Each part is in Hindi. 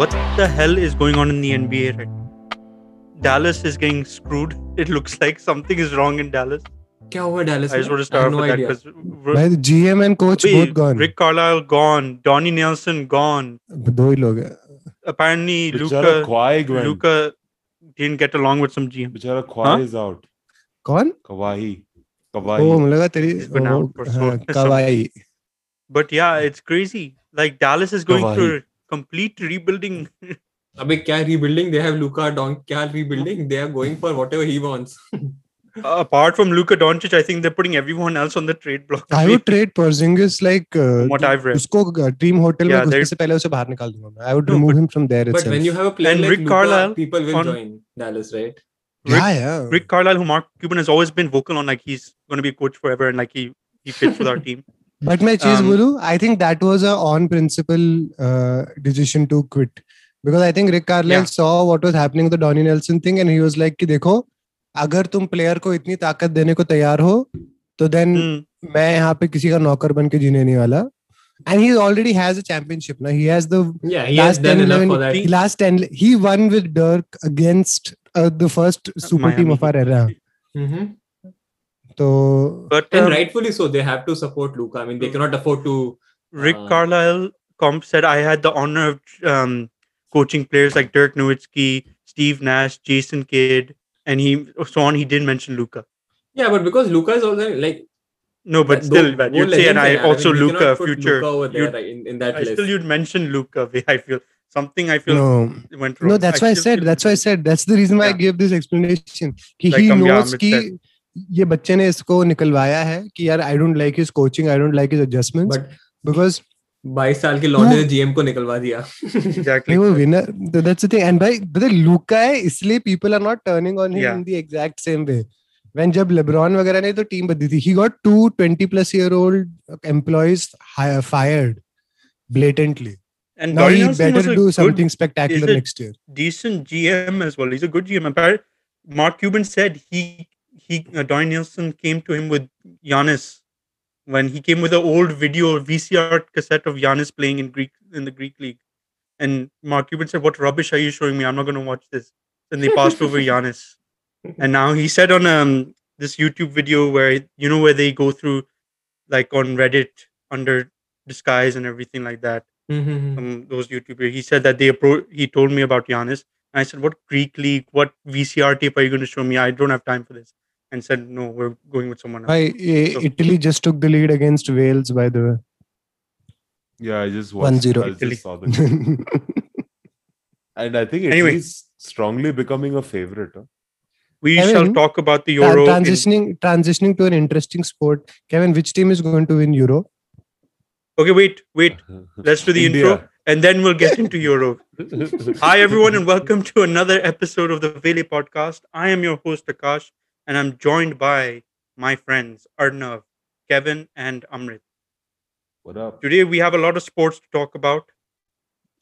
what the hell is going on in the NBA right now? Dallas is getting screwed. It looks like something is wrong in Dallas. क्या हुआ Dallas I just want to start off no with idea. that भाई तो because GM and coach both gone Rick Carlisle gone, Donnie Nelson gone. दो ही लोग हैं Apparently, बेचारा Luca क्वाई went. Luca didn't get along with some GM. बेचारा क्वाई is out. कौन कवाही ओ कवाही मुझे लगा तेरी हाँ, He's been out for so- kavai But yeah, it's crazy. Like Dallas is going Kawhi. through a complete rebuilding. अबे क्या रीबिल्डिंग दे हैव लुका डॉन्क क्या rebuilding they are going for whatever he wants apart from Luka Doncic, I think they're putting everyone else on the trade block. I would trade Porzingis like From what I've read. uh, उसको टीम होटल Yeah, में घुसने they're- से पहले उसे बाहर निकाल दूंगा मैं I would No, remove but- him from there but when you itself have a player And like Rick Luka Carlisle people will on- join Dallas right या या Rick Carlisle, who Mark Cuban has always been vocal on, like he's going to be a coach forever and like he he fits with our team. But my cheese Um, Guru, I think that was a on principle uh, decision to quit because I think Rick Carlisle Yeah. saw what was happening with the Donnie Nelson thing and he was like कि देखो अगर तुम प्लेयर को इतनी ताकत देने को तैयार हो तो देन Hmm. मैं यहाँ पे किसी का नौकर बन के जीने नहीं वाला and he already has a championship now he has the yeah he has Last done 10, enough 11 for that last 10 he won with Dirk against uh, the first super team Miami. of our era and तो But um, rightfully so they have to support Luka I mean they Hmm. Can not afford to Rick Uh, Carlisle comp said I had the honor of um, coaching players like Dirk Nowitzki, Steve Nash, Jason Kidd, and he so on. He did mention Luca. Yeah but because Luka is already like No, but still, man, you'd say, and I also Luca future. you'd- in in that I still list you'd mention Luca. I feel something. I feel no went wrong. No, that's why I still said. feel- That's why I said. That's the reason why I Yeah. gave this explanation. कि Like he हम यहाँ knows मिलते कि हैं। ये बच्चे ने इसको निकलवाया है कि यार I don't like his coaching I don't like his adjustments but because 22 साल के लॉन्डे जीएम को निकलवा दिया exactly. ही वो winner that's the thing and भाई पता है लूका है इसलिए people are not turning on him Yeah. In the exact same way when जब लेब्रॉन वगैरह ने तो टीम बदली थी he got to 20 plus year old employees fired blatantly And now Donnie he Nelson was better a do good, something spectacular it- next year decent GM as well. He's a good GM. Apparently, Mark Cuban said he he uh, Donnie Nelson came to him with Giannis when he came with an old video VCR cassette of Giannis playing in Greek in the Greek league, and Mark Cuban said, "What rubbish are you showing me? I'm not going to watch this." And they passed over Giannis, and now he said on um this YouTube video where you know where they go through like on Reddit under disguise and everything like that um, those YouTubers. He said that they appro- he told me about Giannis. And I said, What Greek league, what VCR tape are you going to show me? I don't have time for this. And said, No, we're going with someone else. भाई ये So- Italy just took the lead against Wales by the way yeah i just watched 1-0. I just Italy. saw the game. and i think Anyway. italy's strongly becoming a favorite huh? We Kevin, shall talk about the Euro. in- transitioning transitioning to an interesting sport kevin which team is going to win euro okay, wait, wait. Let's do the intro and then we'll get into Euro. intro Hi, everyone, and welcome to another episode of the Vele podcast. I am your host, Akash, and I'm joined by my friends, Arnav, Kevin, and Amrit. what up today we have a lot of sports to talk about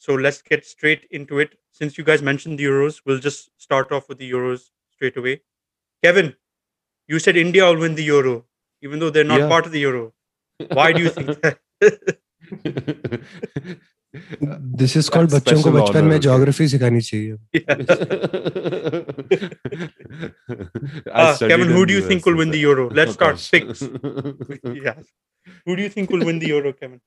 so let's get straight into it since you guys mentioned the euros we'll just start off with the euros straight away kevin you said india will win the euro even though they're not Yeah. part of the euro why do you think that this is called That's बच्चों को special बचपन honor, में okay. ज्योग्राफी सिखानी चाहिए Yeah. I Ah, studied kevin who in do you think will win the USSR. euro let's Oh, start gosh. picks yeah who do you think will win the euro kevin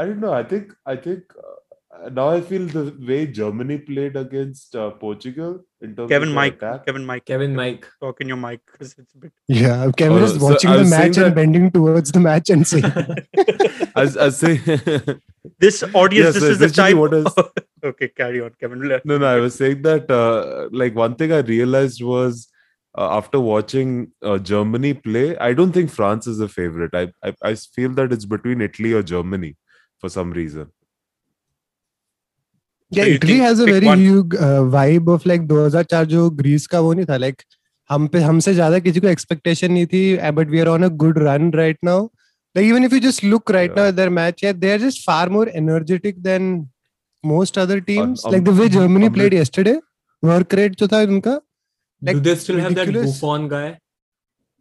I don't know. I think I think uh, now I feel the way Germany played against uh, Portugal in terms kevin of their mike attack. kevin mike Kevin mic talk in your mic because it's a bit yeah kevin Oh, is so watching I the was saying match and that- bending towards the match and saying I, was- I was saying this audience Yes, this so is the essentially type what is- okay carry on kevin Le- no, no. I was saying that uh, like one thing I realized was uh, after watching uh, Germany play, I don't think France is a favorite. I, I I feel that it's between Italy or Germany for some reason. yeah you italy think has a pick very one. huge uh, vibe of like 2004 जो ग्रीस का वो नहीं था like हम पे हमसे ज्यादा किसी को expectation नहीं थी uh, but we are on a good run right now like even if you just look right Yeah. now at their match yeah they are just far more energetic than most other teams um, like the way Germany um, played yesterday work rate जो था उनका do they still have that ridiculous. Buffon guy?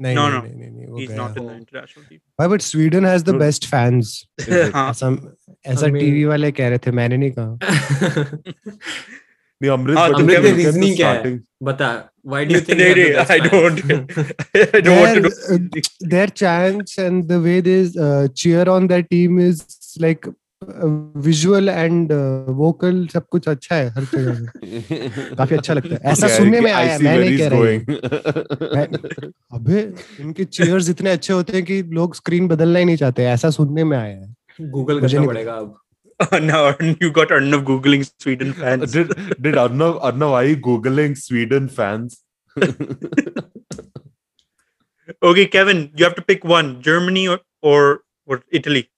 नहीं No, नहीं no. नहीं नहीं, नहीं वो he's गया not in the international team Ah, Why, but Sweden has the No. best fans Is it? Huh. some ऐसा हमें- टीवी वाले कह रहे थे मैंने नहीं कहा नहीं अमृत हाँ, but if अमृत का you look at the reasoning क्या है? starting- बता व्हाई डू यू थिंक नहीं, नहीं, I I don't want to do. Their, uh, their chants and the way they uh, cheer on their team is like uh, visual and uh, vocal सब कुछ अच्छा है हर जगह पे। काफी अच्छा लगता है ऐसा Yeah, सुनने में I आया see मैं where नहीं he's कह रहा ये। going. मैं- अबे इनके चीयर्स इतने अच्छे होते हैं कि लोग स्क्रीन बदलना ही नहीं चाहते ऐसा सुनने में आया है गूगल मुझे करना नहीं पड़ेगा अब now Oh, you got enough googling Sweden fans. did did Arnav Arnav are you googling Sweden fans? Okay, Kevin, you have to pick one: Germany or or, or Italy.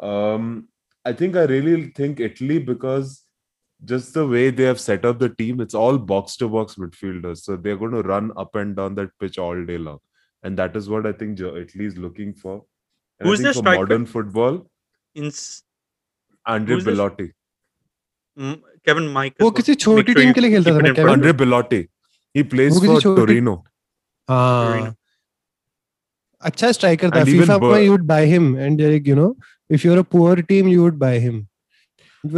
Um, I think I really think Italy because just the way they have set up the team, it's all box to box midfielders. So they're going to run up and down that pitch all day long. And that is what I think Ger- Italy is looking for. And I Who's think their for striker? modern football, In s- Andre Who's their- Bellotti. mm, Kevin Mike. as वो well. किसी छोटी sure टीम you के लिए खेलता keep था it ना in front Kevin Andre Bellotti. He plays Who is for he showing? Torino. हाँ अच्छा स्ट्राइकर था And even फीफा में Ber- you would buy him and like you know if you are a poor team you would buy him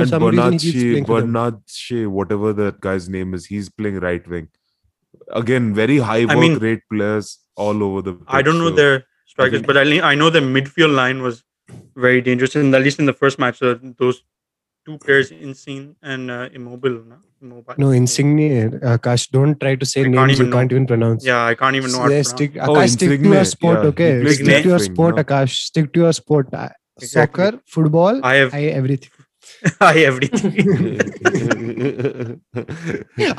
And Bernacchi, Bernacchi, whatever that guy's name is, he's playing right wing. Again, very high work I mean- rate players all over the pitch. I don't know so- their strikers, think- but I, li- I know the midfield line was very dangerous, and at least in the first match, uh, those two players, Insane and uh, Immobile, no? Immobile. No, Insigne, Akash, don't try to say I can't names you even know. can't even pronounce. Yeah, I can't even know. how to Yeah, pronounce. stick, Akash, stick to your Insigne, sport, Oh, yeah, he okay? plays Stick to your left wing, sport, no? Akash. Stick to your sport. Uh, Exactly. Uh, Soccer, football, I, I have everything. I have everything.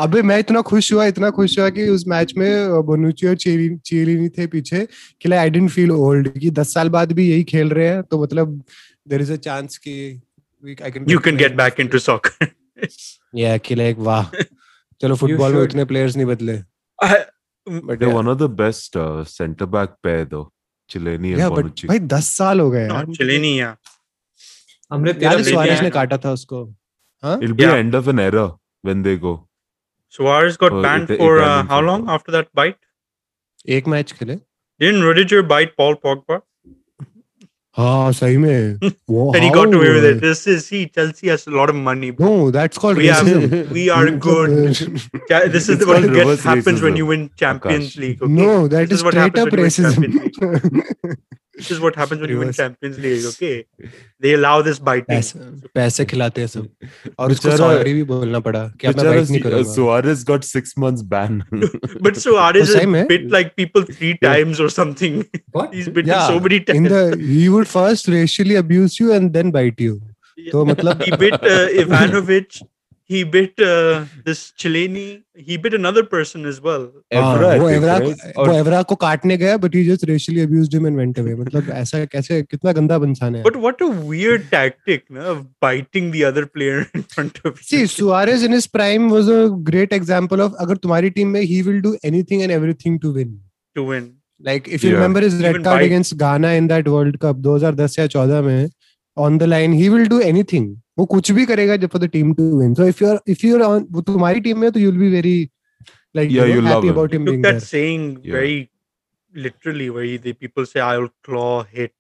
अबे मैं इतना खुश हुआ इतना खुश हुआ कि उस मैच में बनुची और चेरी- चेलिनी थे पीछे कि like I don't feel old कि 10 साल बाद भी यही खेल रहे हैं तो मतलब देयर इज अ चांस कि I can you can get back into soccer. या कि लाइक वाह चलो फुटबॉल में should. इतने प्लेयर्स नहीं बदले I, but They're one of the best uh, centre back pair though. Chileni and या बट Bonucci. भाई 10 साल हो गए no, यार Chiellini, yeah. अमृत तेरा यार Italy सुआरेस है। ने काटा था उसको It'll be Yeah. end of an era when they go. Suarez got Oh, banned Ita- for uh, Italian how long football. after that bite? एक मैच खेले Didn't Rudiger bite Paul Pogba? हाँ सही में वो And he got away with Oh. it. This is see, Chelsea has a lot of money. bro. No that's called We have- racism We are good. Yeah, this is It's what called gets reverse happens when racism, you win Champions Akash. League. Okay? No that This is is what straight happens up when you win racism This is what happens when you win Reverse. Champions League. Okay, they allow this biting. पैसे खिलाते हैं सब और उसको बेचारा- सॉरी भी बोलना पड़ा कि अब मैं Bechara बाइक नहीं Su- uh, करूंगा Suarez got six months ban. But Suarez Oh, has same, eh? bit like people three Yeah. times or something. What? He's bitten Yeah, so many times. In the he would first racially abuse you and then bite you Yeah. तो मतलब he bit uh, Ivanovic. He bit uh, this Chileni. He bit another person as well. Evra, हाँ, I वो think, एवरा right? को- वो एवरा को काटने गया but he just racially abused him and went away मतलब ऐसा कैसे कितना गंदा इंसान है But what a weird tactic, no, of biting the other player in front of See, you. Suarez in his prime was a great example of अगर तुम्हारी टीम में he will do anything and everything to win. to win. Like if you Yeah. remember his red Even card bite. against Ghana in that World Cup 2010 या 14 में on the line he will do anything. वो कुछ भी करेगा जब for the team to win. So if you're if you're on वो तुम्हारी टीम में तो you'll be very like Yeah, you know, you'll love happy him. about him Took being that there. saying Yeah. very literally, where the people say, "I'll claw, hit,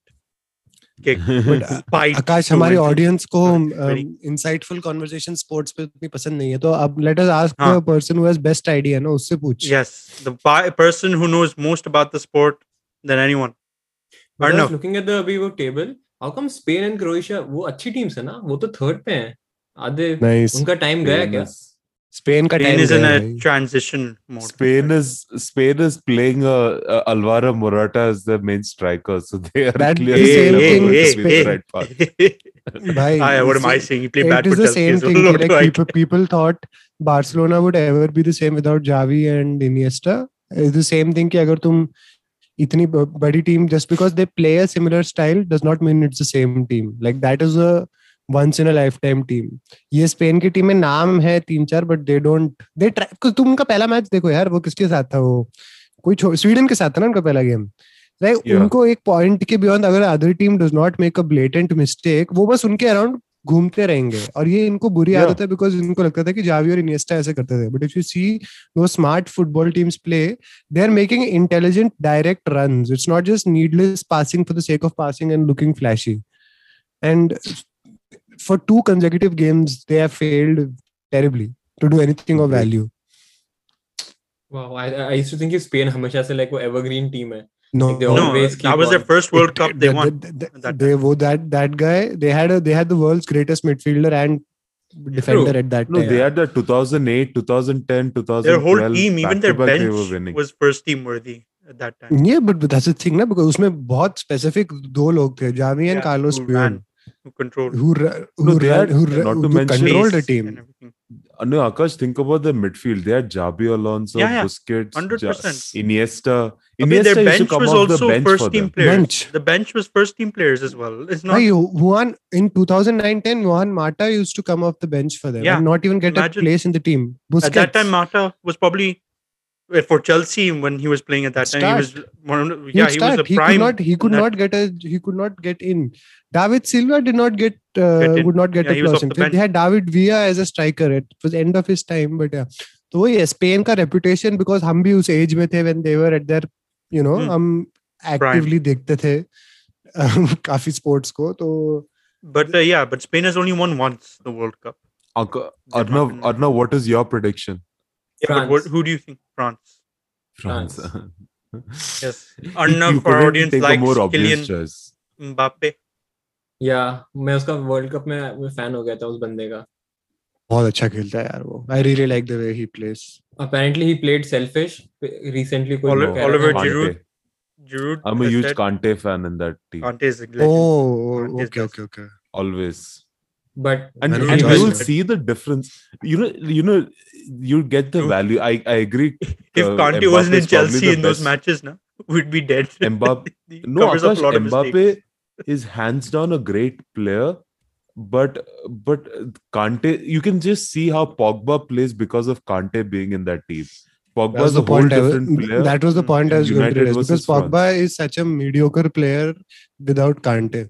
kick, But, uh, bite." Akash to हमारी win." ऑडियंस को um, Very- insightful conversation sports पे इतनी पसंद नहीं है तो अब लेट अस आस्क हाँ। The person who has best idea ना उससे पूछ Yes, the bi- person who knows most about the sport than anyone. But I was Arnav. looking at the अभी वो table how come Spain and Croatia वो अच्छी टीम्स है ना वो तो थर्ड पे हैं आधे नाइस उनका टाइम गया क्या स्पेन का Spain time is in a transition mode. Spain is Spain is playing uh, uh, Alvaro Morata as their main striker, so they are That clearly is same not thing going with to be the Spain. right path. भाई Ah, yeah, what am I it's- saying? You play bad it for is the Chelsea same as well. thing What like do I people, people thought barcelona would ever be the same without javi and iniesta it's the same thing कि अगर तुम इतनी ब- बड़ी team just because they play a similar style does not mean it's the same team like that is a once in a lifetime team ये स्पेन की टीम में नाम है तीन चार but they don't they try तुम उनका पहला मैच देखो यार वो किसके साथ था वो कोई छो- स्वीडन के साथ था ना उनका पहला गेम राइट Yeah. उनको एक पॉइंट के बियॉन्ड अगर other team does not make a blatant mistake वो बस उनके अराउंड घूमते रहेंगे और ये इनको बुरी Yeah. आदत है बिकॉज इनको लगता था कि जावी और इनिएस्टा ऐसे करते थे but if you see those smart football teams play they are making intelligent direct run it's not just needless passing for the sake of passing and looking flashy And for two consecutive games, they have failed terribly to do anything of Agreed. value. Wow, I, I used to think कि स्पेन हमेशा से like वो evergreen team है. No, Like they No, always that keep was their on. first World Cup they Th- won. th- th- at that they were that that guy. They had a, they had the world's greatest midfielder and defender at that No, time. they had that 2008, 2010, 2012. Their whole team, even their back-to-back they were bench winning. was first team worthy at that time. Yeah, but, but that's the thing, na? Because उसमें बहुत specific दो लोग थे, Javi and Yeah, Carlos who Puyol, ran, who controlled who ra- who No, they ran, had- who, not ra- to who mention- controlled the pace team. and everything. Uh, No, Akash, think about the midfield. They had Jabi Alonso, Yeah, yeah. Busquets, 100%. Iniesta. I mean, Iniesta their used to bench come was off the also bench for first them. team players. Bench. The bench was first team players as well. It's not. Hey, Juan in 2009-10, Juan Mata used to come off the bench for them Yeah. and not even get Imagine. a place in the team. Busquets. At that time, Mata was probably well, for Chelsea when he was playing at that time. He was one of, He yeah, would he was start. a He could prime. not. He could in that- not get a. He could not get in. David Silva did not get. Uh, Get in. would not get Yeah, a he was off plus. the in fact. They had David Villa as a striker. It was end of his time, but yeah. तो वही है स्पेन का रेपुटेशन बिकॉज हम भी उस एज में थे when they were at their you know Hmm. हम एक्टिवली देखते थे um, काफी स्पोर्ट्स को तो But uh, yeah, but Spain has only won once the World Cup. Anka, They're not Arnav, in- Arnav, what is your prediction? Yeah, but France. what, who do you think? France. France. Yes. You- you Arnav for couldn't audience take a likes more obvious Kylian choice. Mbappe. Yeah, मैं उसका वर्ल्ड कप में मैं फैन हो गया था उस बंदे का. बहुत अच्छा खेलता है यार वो I really like the way he place Apparently he played selfish. Recently कोई Oli- वो कह रहा Oliver था- Kante. Giroud, Giroud. I'm a has huge said- Kante fan in that team. Kante is a oh legend. Conte is okay best. Okay okay Always. But And, Very and good you will choice. see the difference. You know, you know, you get the True. value. I, I agree. If Uh, Kante wasn't in Mbappe's probably Chelsea the in those best. matches, na, we'd be dead. Mbappe- He No, covers up a Akash, lot of Mbappe mistakes. is hands down a great player, but but Kante, you can just see how Pogba plays because of Kante being in that team. Pogba is a I whole was- different player. That was the point I was going to United raise because versus Pogba is such a mediocre player without Kante.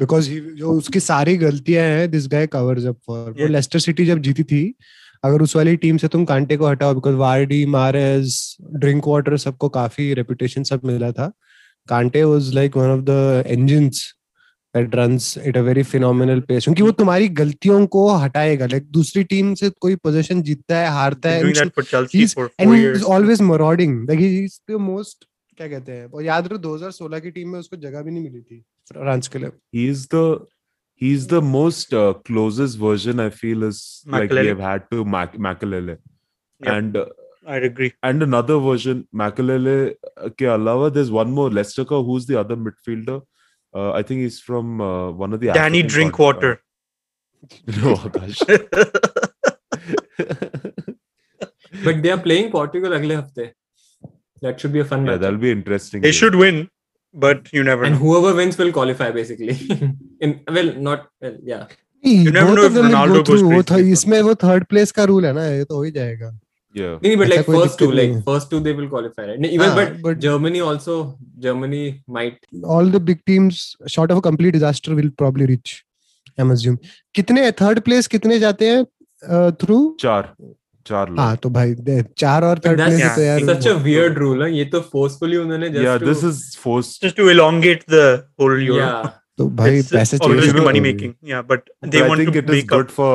Because he, जो उसकी सारी गलतियां हैं this guy covers up for वो Yeah. लेस्टर सिटी जब जीती थी अगर उस वाली टीम से तुम कांटे को हटाओ because Vardy Mahrez drink water सबको काफी रेपुटेशन सब मिला था Kante was like one of the engines that runs at a very phenomenal pace क्योंकि वो तुम्हारी गलतियों को हटाएगा लाइक दूसरी टीम से कोई पोजीशन जीतता है हारता He's है doing उसको- that for Chelsea he's- for and four he is years. always marauding like he is the most क्या कहते हैं और याद रहो 2016 की टीम में उसको जगह भी नहीं मिली थी फ्रांस के लिए He's the he's the most uh, closest version I feel is like we Makelele. have had to Mac- Makelele. Yeah. And uh, I agree. and another version Makalele ke alawa there's one more Leicester ka, who's the other midfielder uh, I think he's from uh, one of the Danny African Drinkwater. continent. no Akash but they are playing Portugal अगले हफ्ते. That should be a fun yeah match. that'll be interesting they game. should win, but you never And know. whoever wins will qualify basically. In well, not well, yeah. You never know if Ronaldo goes वो था crazy. इसमें वो थird place का rule है ना ये तो हो ही जाएगा yeah नहीं but ऐसा like कोई first two, दिक्कत नहीं like है। first two they will qualify, right? नहीं, even हाँ, but but Germany also Germany might all the big teams short of a complete disaster will probably reach I'm assuming कितने third place कितने जाते हैं through char char log. Ah, हाँ तो भाई दे- चार और But third that's place yeah, तो यार such a weird rule, huh? ये तो forcefully उन्होंने just yeah to, this is forced Just to elongate the whole Euro. yeah. तो भाई It's पैसे always चाहिए change money होंगे। making. Yeah, but But they I want think to it is make up. good for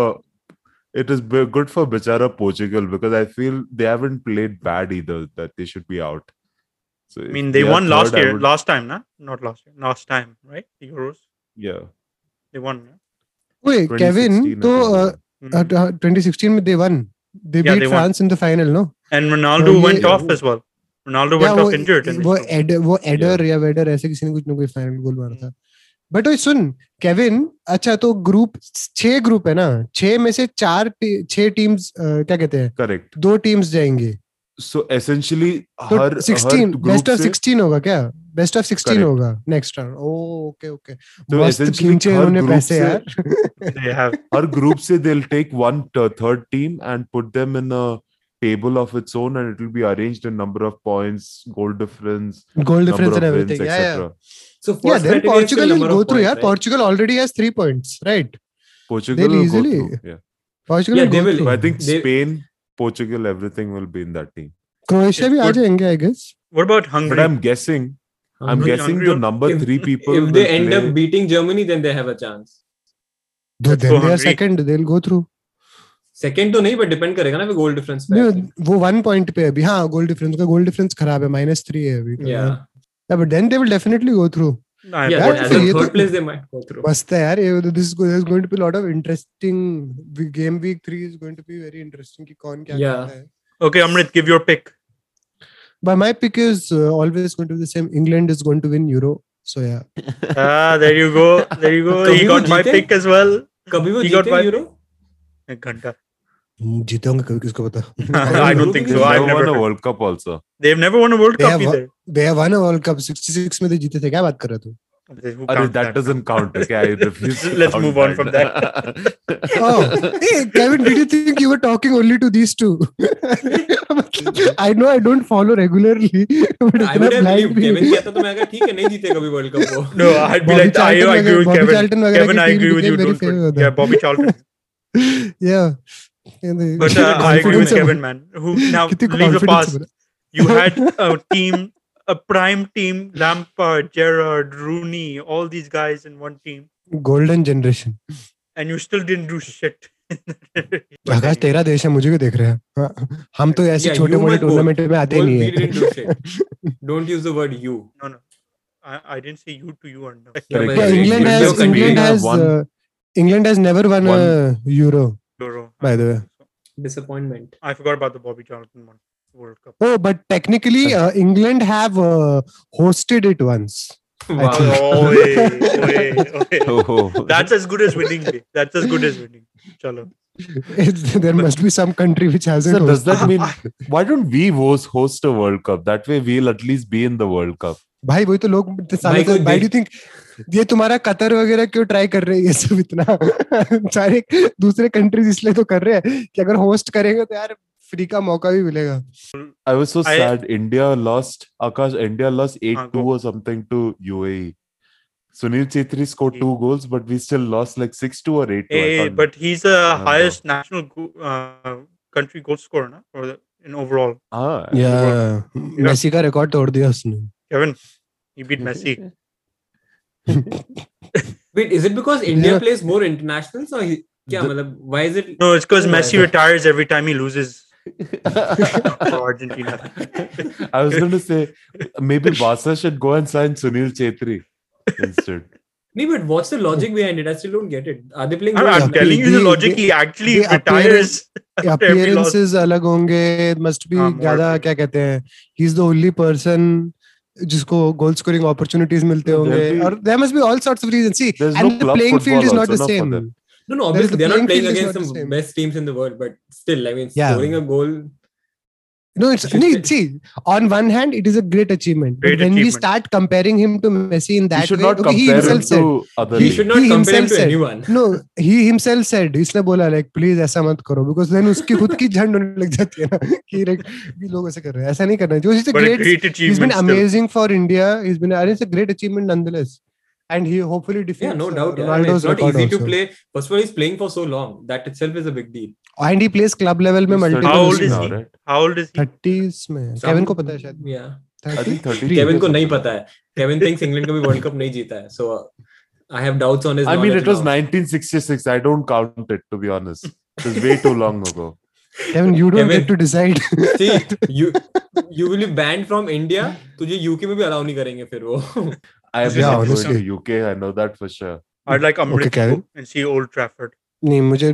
it is b- good for Bichara Portugal because I feel they haven't played bad either that they should be out so I mean, they won last year, last time, na? Not last year, last time, right? The Euros, yeah they won. na? ओए केविन 2016 I तो think. Mhm. uh, Uh, uh, 2016 में they won. They Yeah, beat they won. France in the final, no? And Ronaldo ये- went off as well. Ronaldo uh, Yeah, went वो off injured. And they वो still- एड वो एडर या वेडर ऐसे किसी ने कुछ ना कोई फाइनल गोल मारा था Hmm. बट ओए सुन केविन अच्छा तो ग्रुप छह ग्रुप है ना छह में से चार टी- छह टीम्स क्या कहते हैं correct दो टीम्स जाएंगे so essentially तो her, 16 her best group of से, 16 होगा क्या बेस्ट ऑफ 16 Correct. होगा next round okay okay So मस्त essentially खींचे third इन्होंने group पैसे से- यार they have her group say they'll take one t- third team and put them in a table of its own and it will be arranged in number of points goal difference goal difference number and of wins everything या या etc So Yeah, first then criteria is still Portugal will number of go through. points, Yeah, right? Portugal already has three points, right? portugal They'll will easily- go through yeah Portugal Yeah, will they go will. but through. i think They- spain portugal everything will be in that team Croatia भी आ Good. जाएंगे, I guess. What about Hungary? but i'm guessing I'm Hungary- guessing Hungary the or- number If- three people. if they will end play- up beating Germany, then they have a chance. Though Let's then go they are Hungary. second, they'll go through. Second तो नहीं बट डिपेंड करेगा ना फिर गोल डिफरेंस पे No, वो one point पे है अभी हाँ गोल डिफरेंस का गोल डिफरेंस खराब है minus three है अभी या Yeah, but then they will definitely go through. I- या Yeah, एज तो अ ये तो- third place they might go through मस्त है यार ये तो, this is going to be lot of interesting game week 3 is going to be very interesting कि कौन क्या Yeah. करता है Okay, Amrit, give your pick. But my pick is uh, always going to be the same. England is going to win Euro. So yeah, Ah, there you go. There you go. Kabhi he wo got my jeete? pick as well. कभी वो He got जीते by- यूरो एक घंटा. Hmm, जीते होंगे कभी किसको पता? I don't think They've so. I've never won never. a World Cup also. They've never won a World They Cup have won- either. They have won a World Cup 66 में तो जीते थे क्या बात कर रहे हो Who Arre, counts that doesn't count. Okay, I refuse. to Let's count move on from that. Oh, hey Kevin, did you think you were talking only to these two? मतलब, I know I don't follow regularly, but I would इतना हैव बिलीव blind भी केविन कहता तो मैं कहा ठीक है नहीं जीते कभी वर्ल्ड कप वो No, I'd be Bobby like, I Charlton agree वगैरह- with Bobby Kevin. Charlton वगैरह Kevin, की I team agree with became you. very Don't famous put, then. yeah, Bobby Charlton. yeah. And they- But Kittne uh, I agree with confidence है Kevin, man. Who now कितनी leave the confidence past. है You had a team, a prime team: Lampard, Gerrard, Rooney, all these guys in one team, मेरा। Golden generation. and you still didn't do shit. But Akash anyway. तेरा देश है मुझे क्यों देख रहे हैं हाँ, हम तो ऐसे Yeah, छोटे you मोटे must vote. टूर्नामेंट में आते ही Well, नहीं we didn't do है shit. Don't use the word you. No, no. I, I didn't say you to you. And uh, Correct. Yeah, but England England has- has country England have has won. England has never won Euro Euro. By the way. Disappointment. I forgot about the Bobby Charlton one. World Cup. Oh, but technically, uh, England have uh, hosted it once. Wow. think- Oh, way, way, way. Oh. That's as good as winning. bhi. That's as good as winning. Chalo. It's, there must be some country which hasn't. So does hosted. that mean Ah, why don't we host, host a World Cup? That way we'll at least be in the World Cup. भाई वही तो लोग भाई को भाई डू देख- थिंक ये तुम्हारा कतर वगैरह क्यों ट्राई कर रहे हैं ये सब इतना सारे दूसरे कंट्रीज इसलिए तो कर रहे हैं कि अगर होस्ट करेंगे तो यार फ्री का मौका भी मिलेगा I was so I- हाँ, sad. India lost. Akash, India lost 8 2 go. or something to UAE. Sunil Chetri scored Yeah. two goals, but we still lost like 6 2 or 8 2. Hey, but he's the know. highest national go- uh, country goal scorer na? or the, in overall. ah, या Yeah. मेसी का रिकॉर्ड तोड़ दिया उसने Kevin, he beat Messi. Wait, is it because India Yeah. plays more internationals or he- क्या The- मतलब why is it No, it's because Yeah, Messi yeah. retires every time he loses uh, for Argentina. I was going to say maybe Barca should go and sign Sunil Chetri instead. नहीं but what's the logic behind it I still don't get it are they playing I'm, more I'm international- telling you the They- logic. they- He actually they retires. after every loss. Appearances अलग होंगे मस्ट बी हाँ, more ज्यादा appearance. क्या कहते हैं ही इज द ओनली पर्सन जिसको गोल स्कोरिंग अपॉर्चुनिटीज मिलते There'll होंगे be- और there must be all sorts of reasons see There's no and the club playing football field is not also, the not for same them. No, no, There is obviously the they're not playing playing field is against not the some same. best teams in the world, but still, I mean, Yeah. scoring a goal. No, it's Should no, they- see, on one hand, it is a great achievement. Great but when we achievement. start comparing him to Messi in We that way, should not okay, he compare him himself said. to other He league. should not He compare him himself to said- anyone. No, he himself said. इसने बोला like please ऐसा मत करो because then उसकी खुद की झंड होने लग जाती है ना कि like ये लोग ऐसे कर रहे हैं ऐसा नहीं करना चाहिए. He's a But a great, great he's achievement. been Still. amazing for India. He's been and it's a great achievement nonetheless. And he hopefully defeats Yeah, no uh, doubt. yeah. I mean, Ronaldo's it's not record easy to also. play. First of all, he's playing for so long. That itself is a big deal. And he plays club level में He's multiple. 30 How old is now, he? right? How old is he? 30s में Some- केविन को पता है शायद Yeah. 30? I think 33. Kevin को or नहीं something. पता है. Kevin thinks England कभी World Cup नहीं जीता है. So uh, I have doubts on his. I mean, knowledge it was now. 1966. I don't count it, to be honest. It was way too long ago. Kevin, you don't Kevin- get to decide. See, you you will be banned from India. तुझे UK में भी allow नहीं करेंगे फिर वो. I am Yeah, not going honestly. to UK. I know that for sure. I'd like Amrit Okay, to Kevin. go and see Old Trafford. नहीं मुझे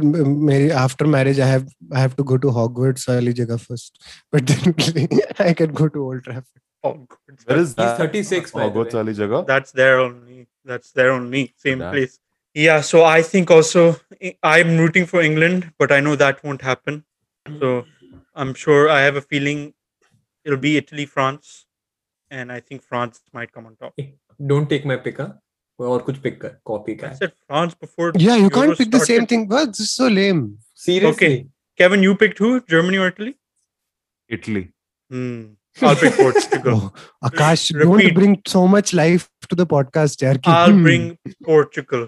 मेरी after marriage I have I have to go to Hogwarts वाली जगह first but then I can go to Old Trafford Oh, good. Where is He's that? 36 by the Hogwarts way. wali jagah? that's there only that's there only same Yeah. place yeah so i think also I- i'm rooting for england but i know that won't happen so i'm sure i have a feeling it'll be italy france and i think france might come on top Don't take my pick. huh? और कुछ pick कर. Copy i का. said france before या you Euro can't pick the same started. Thing but this is so lame Seriously. kevin you picked who germany or italy Italy. hmm. i'll pick ports to go Akash Repeat. Don't bring so much life to the podcast यार कि- i'll Hmm. bring portugal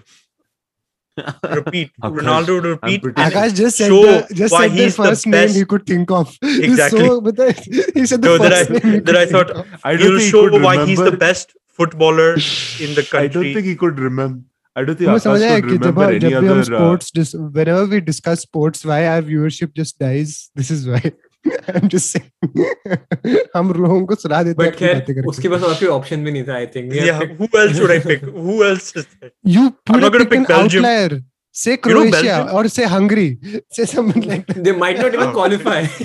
repeat Akash, ronaldo repeat Oh, pretty and sure. Akash just said show the, just why said the he's the first name he best. could think of. It was Exactly. So, but the, he said the No, that first I- name he that I could think thought of. I don't you'll think he show could why he's the remember- best footballer in the I don't country. think he could remember. I don't think तुम्हें समझ Akash आया could कि जब remember जब any भी हम other. uh, sports dis- whenever we discuss sports why our viewership just dies this is why I'm just saying हम लोगों को सुना देते हैं बट अपनी बातें खैर करके। उसके पास और कोई ऑप्शन भी नहीं था I think yeah, who else would I pick? Who else is there? you I'm put not a gonna pick an pick Belgium. outlier say You know Croatia Belgium? or say Hungary say something like they might not even Oh. Qualify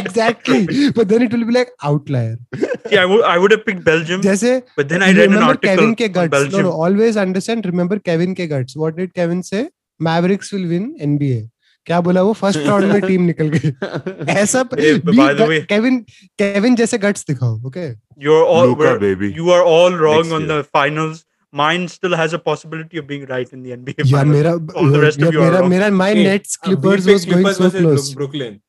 exactly but then it will be like outlier Yeah, I would I would have picked Belgium, जैसे but then I you read an remember article Kevin K. on Guts no Belgium. no always understand remember Kevin K. Guts what did Kevin say Mavericks will win NBA क्या बोला वो फर्स्ट राउंड में टीम निकल गई ऐसा Hey, but by the way- Kevin Kevin जैसे गट्स दिखाओ okay You're all Luka, we're- baby. you are all wrong Next on year. the finals. Mine still has a possibility of being right in the NBA या finals. मेरा All the rest या of you are मेरा wrong. uh, मेरा my Hey, Nets Clippers was going so close Brooklyn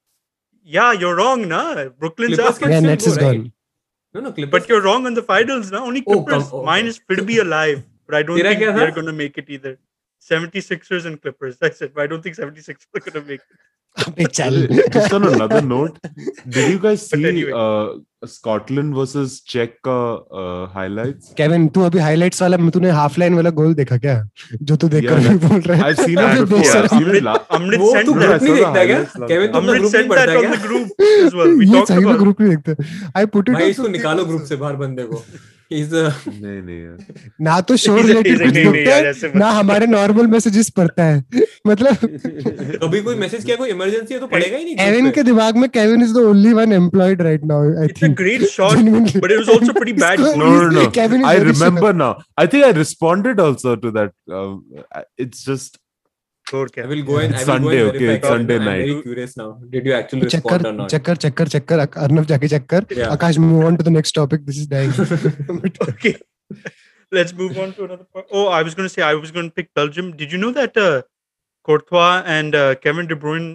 Yeah, you're wrong, na. Brooklyn's Clippers up. can या still Nets go, is right? Gone no no But you're wrong on the finals, na. Only Oh, Clippers. come- oh, Mine okay. is still be alive, but I don't Tera think kya tha? they're going to make it either. 76ers and Clippers. That's it. But I don't think 76ers are going to make it. अबे चल Just on another note, did you guys But see anyway. uh, Scotland versus Czech का uh, highlights? केविन तू अभी हाइलाइट्स वाला तूने हाफ लाइन वाला गोल देखा क्या जो तू देखकर Yeah, भी बोल रहा है I've seen it अबे before. I've बेशरम। seen it la- Amrit वो sent तू No, I that. ग्रुप नहीं saw देखता the है क्या highlights last केविन time. तू अपना Amrit ग्रुप नहीं sent that पढ़ता on क्या the group as well. We ये talked सही में about ग्रुप नहीं देखते आई पुट भाई इट इसको निकालो ग्रुप से बाहर बंदे को इज नहीं नहीं यार. ना तो show He's like, he's related like, कुछ "नहीं, नहीं देखता यार, है ऐसे मत ना हमारे नॉर्मल मैसेजेस पढ़ता है मतलब कभी कोई मैसेज किया कोई इमरजेंसी है तो पड़ेगा ही नहीं group केविन पे। के दिमाग में Kevin is the only one employed right now I It's a think great shot, but it was also pretty bad. No, no, no. Kevin is I very sure. remember now. I think I responded also to that. Um, I- it's just Sure, I Kev. will go and It's I will Sunday, go and okay, verify it's that. Sunday I'm night. very curious now. Did you actually check respond or कर not? चेक कर चेक कर चेक कर अक- अर्नव जाके चेक कर Yeah. Akash move on to the next topic this is dying okay let's move on to another part oh i was going to say i was going to pick belgium did you know that uh, courtois and uh, kevin de bruyne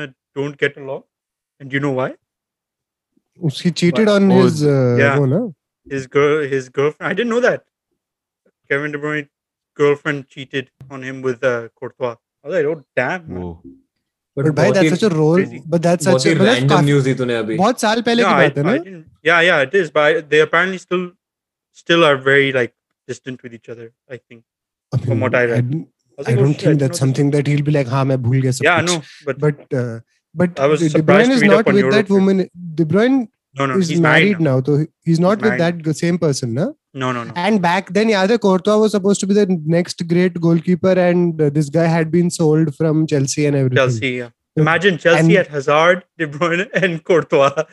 uh, don't get along and do you know why उसकी cheated on Oh, his yeah. uh, वो ना his girl his girlfriend i didn't know that kevin de bruyne's girlfriend cheated on him with uh, courtois i was like oh damn man. whoa. But भाई बहुत ही- that's such a role crazy- but that's बहुत सच ही रैंडम मतलब न्यूज़ दी तूने अभी बहुत साल पहले yeah, की I, बात है I ना didn't, yeah yeah it is but I, they apparently still still are very like distant with each other i think from what I read. I, was I like, oh, don't shit, think didn't know that's this. something that he'll be like, "हाँ, "Ha, main bhul gaya sab yeah kuch." no but, But uh, but I was De surprised Bruyne to is read up not on with that Europe. woman. De Bruyne no no is he's married now, so he- he's not with married. that same person, na? now. no no no And back then, yeah, the Courtois was supposed to be the next great goalkeeper, and uh, this guy had been sold from Chelsea and everything. Chelsea. Yeah. Imagine Chelsea And- at Hazard, De Bruyne, and Courtois,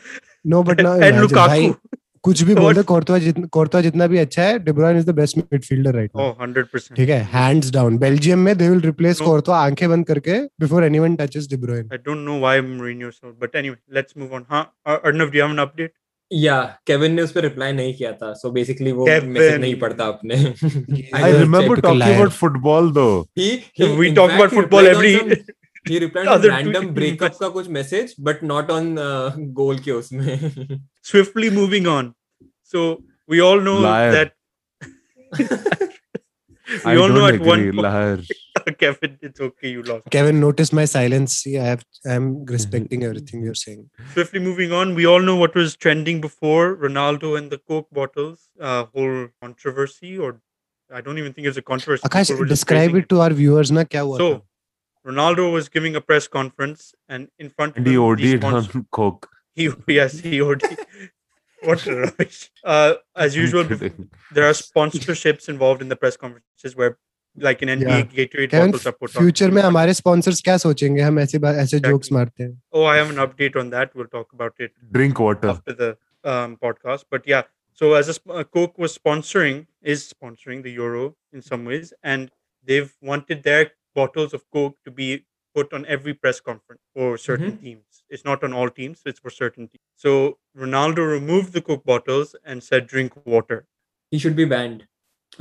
No, but now and imagine, भाई, Lukaku. कुछ भी What? बोल दे कोर्टवा जितना कोर्टवा जितना भी अच्छा है De Bruyne is the best midfielder right now. Oh, 100 percent. ठीक है, hands down. Belgium में they will replace No. कोर्टवा आंखें बंद करके before anyone touches De Bruyne. I don't know why Mourinho so, but anyway, let's move on. Huh? Ar- Arnav, do you have an update? या केविन ने उस पे रिप्लाई नहीं किया था सो बेसिकली वो Kevin. मैसेज नहीं पढ़ता अपने I You're a remember typical talking liar. about football though. he, We in talk fact, about he football replied on every- some- he replied on other two random teams. breakup का कुछ message but not on goal uh, के उसमें Swiftly moving on. So we all know Liar. that we I all know don't at one agree. point, Liar. Kevin, it's okay, you lost. Kevin, notice my silence. See, I have Mm-hmm. I'm respecting everything you're saying. Swiftly moving on, we all know what was trending before Ronaldo and the Coke bottles, uh, whole controversy, or I don't even think it's a controversy. Akash, people were just describe praising it to our viewers. Na kya hua So, tha? Ronaldo was giving a press conference, and in front of And he him, the OD'd sponsor- on coke. He yes, he OD. what a rubbish! Uh, as I'm usual, bef- kidding. there are sponsorships involved in the press conferences where, like in NBA, Gatorade bottles are Kevin, put on. future में हमारे sponsors क्या सोचेंगे? हम ऐसे बा- ऐसे jokes मारते हैं. Oh, I have an update on that. We'll talk about it Drink water. after the um, podcast. But yeah, so as a sp- uh, Coke was sponsoring, is sponsoring the Euro in some ways, and they've wanted their bottles of Coke to be put on every press conference for certain teams. It's not on all teams; it's for certain teams. So Ronaldo removed the Coke bottles and said, "Drink water." he should be banned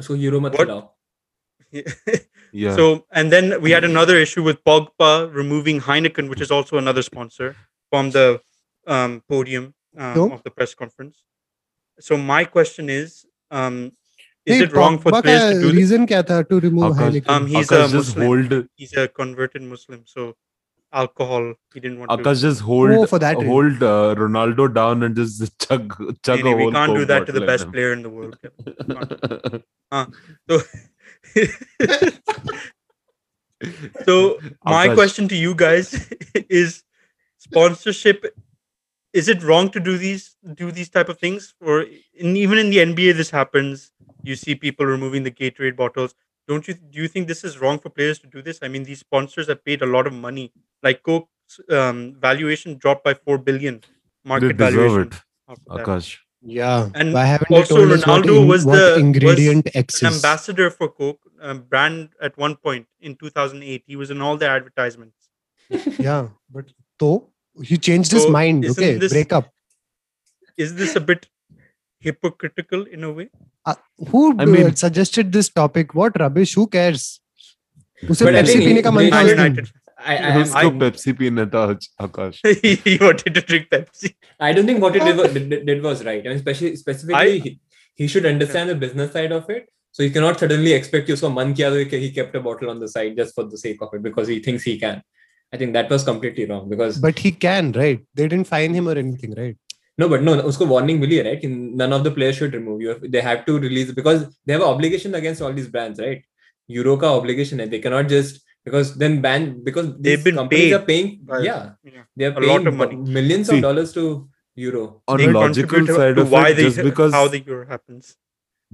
उसको यूरो मत What? खिलाओ Yeah. So, and then we had another issue with Pogba removing Heineken, which is also another sponsor, from the um, podium um, No. of the press conference. So, my question is um, is Hey, it wrong for Pogba players का to do this? reason क्या था to remove Akash- Heineken? Um, he's Akash, a just Muslim. hold He's a converted Muslim. So, alcohol. He didn't want to. Akash just hold Oh, for that reason. hold uh, Ronaldo down and just chug chug Really, a whole we can't do Coke that to the bottle at best him. player in the world. so my Akash. question to you guys is sponsorship is it wrong to do these do these type of things or in, even in the nba this happens you see people removing the gatorade bottles don't you do you think this is wrong for players to do this i mean these sponsors have paid a lot of money like coke's um, valuation dropped by 4 billion They market deserve valuation it, after that. Akash. Yeah. And Why haven't they also told us what, Ronaldo in- was what the- was ingredient X an is? ambassador for coke um, brand at one point in 2008 he was in all their advertisements Yeah. But so he changed his So, mind. isn't Okay. this- Break up. is this a bit hypocritical in a way Who I uh, mean- suggested this topic? What rubbish? Who cares? उसे But I पेप्सी think पीने का मन तो they था Man उस should- दिन। United. I, I, Let's I, go Pepsi peanut, Akash. he wanted to drink Pepsi. I don't think what he did, wa- did, did was right. I mean, especially specifically, I- he, he should understand the business side of it. So you cannot suddenly expect you. So man kiya toh he kept a bottle on the side just for the sake of it because he thinks he can. I think that was completely wrong because But he can, right? They didn't fine him or anything, right? no, but no, उसको warning मिली है, right? कि None of the players should remove you. They have to release because they have an obligation against all these brands, right? Euro का obligation है. They cannot just because then ban because these They've been companies paid are paying. by- yeah, Yeah. they are a paying lot of money. millions See. of dollars to Euro. On They a logical contribute side to of why it, the, just because how the euro happens.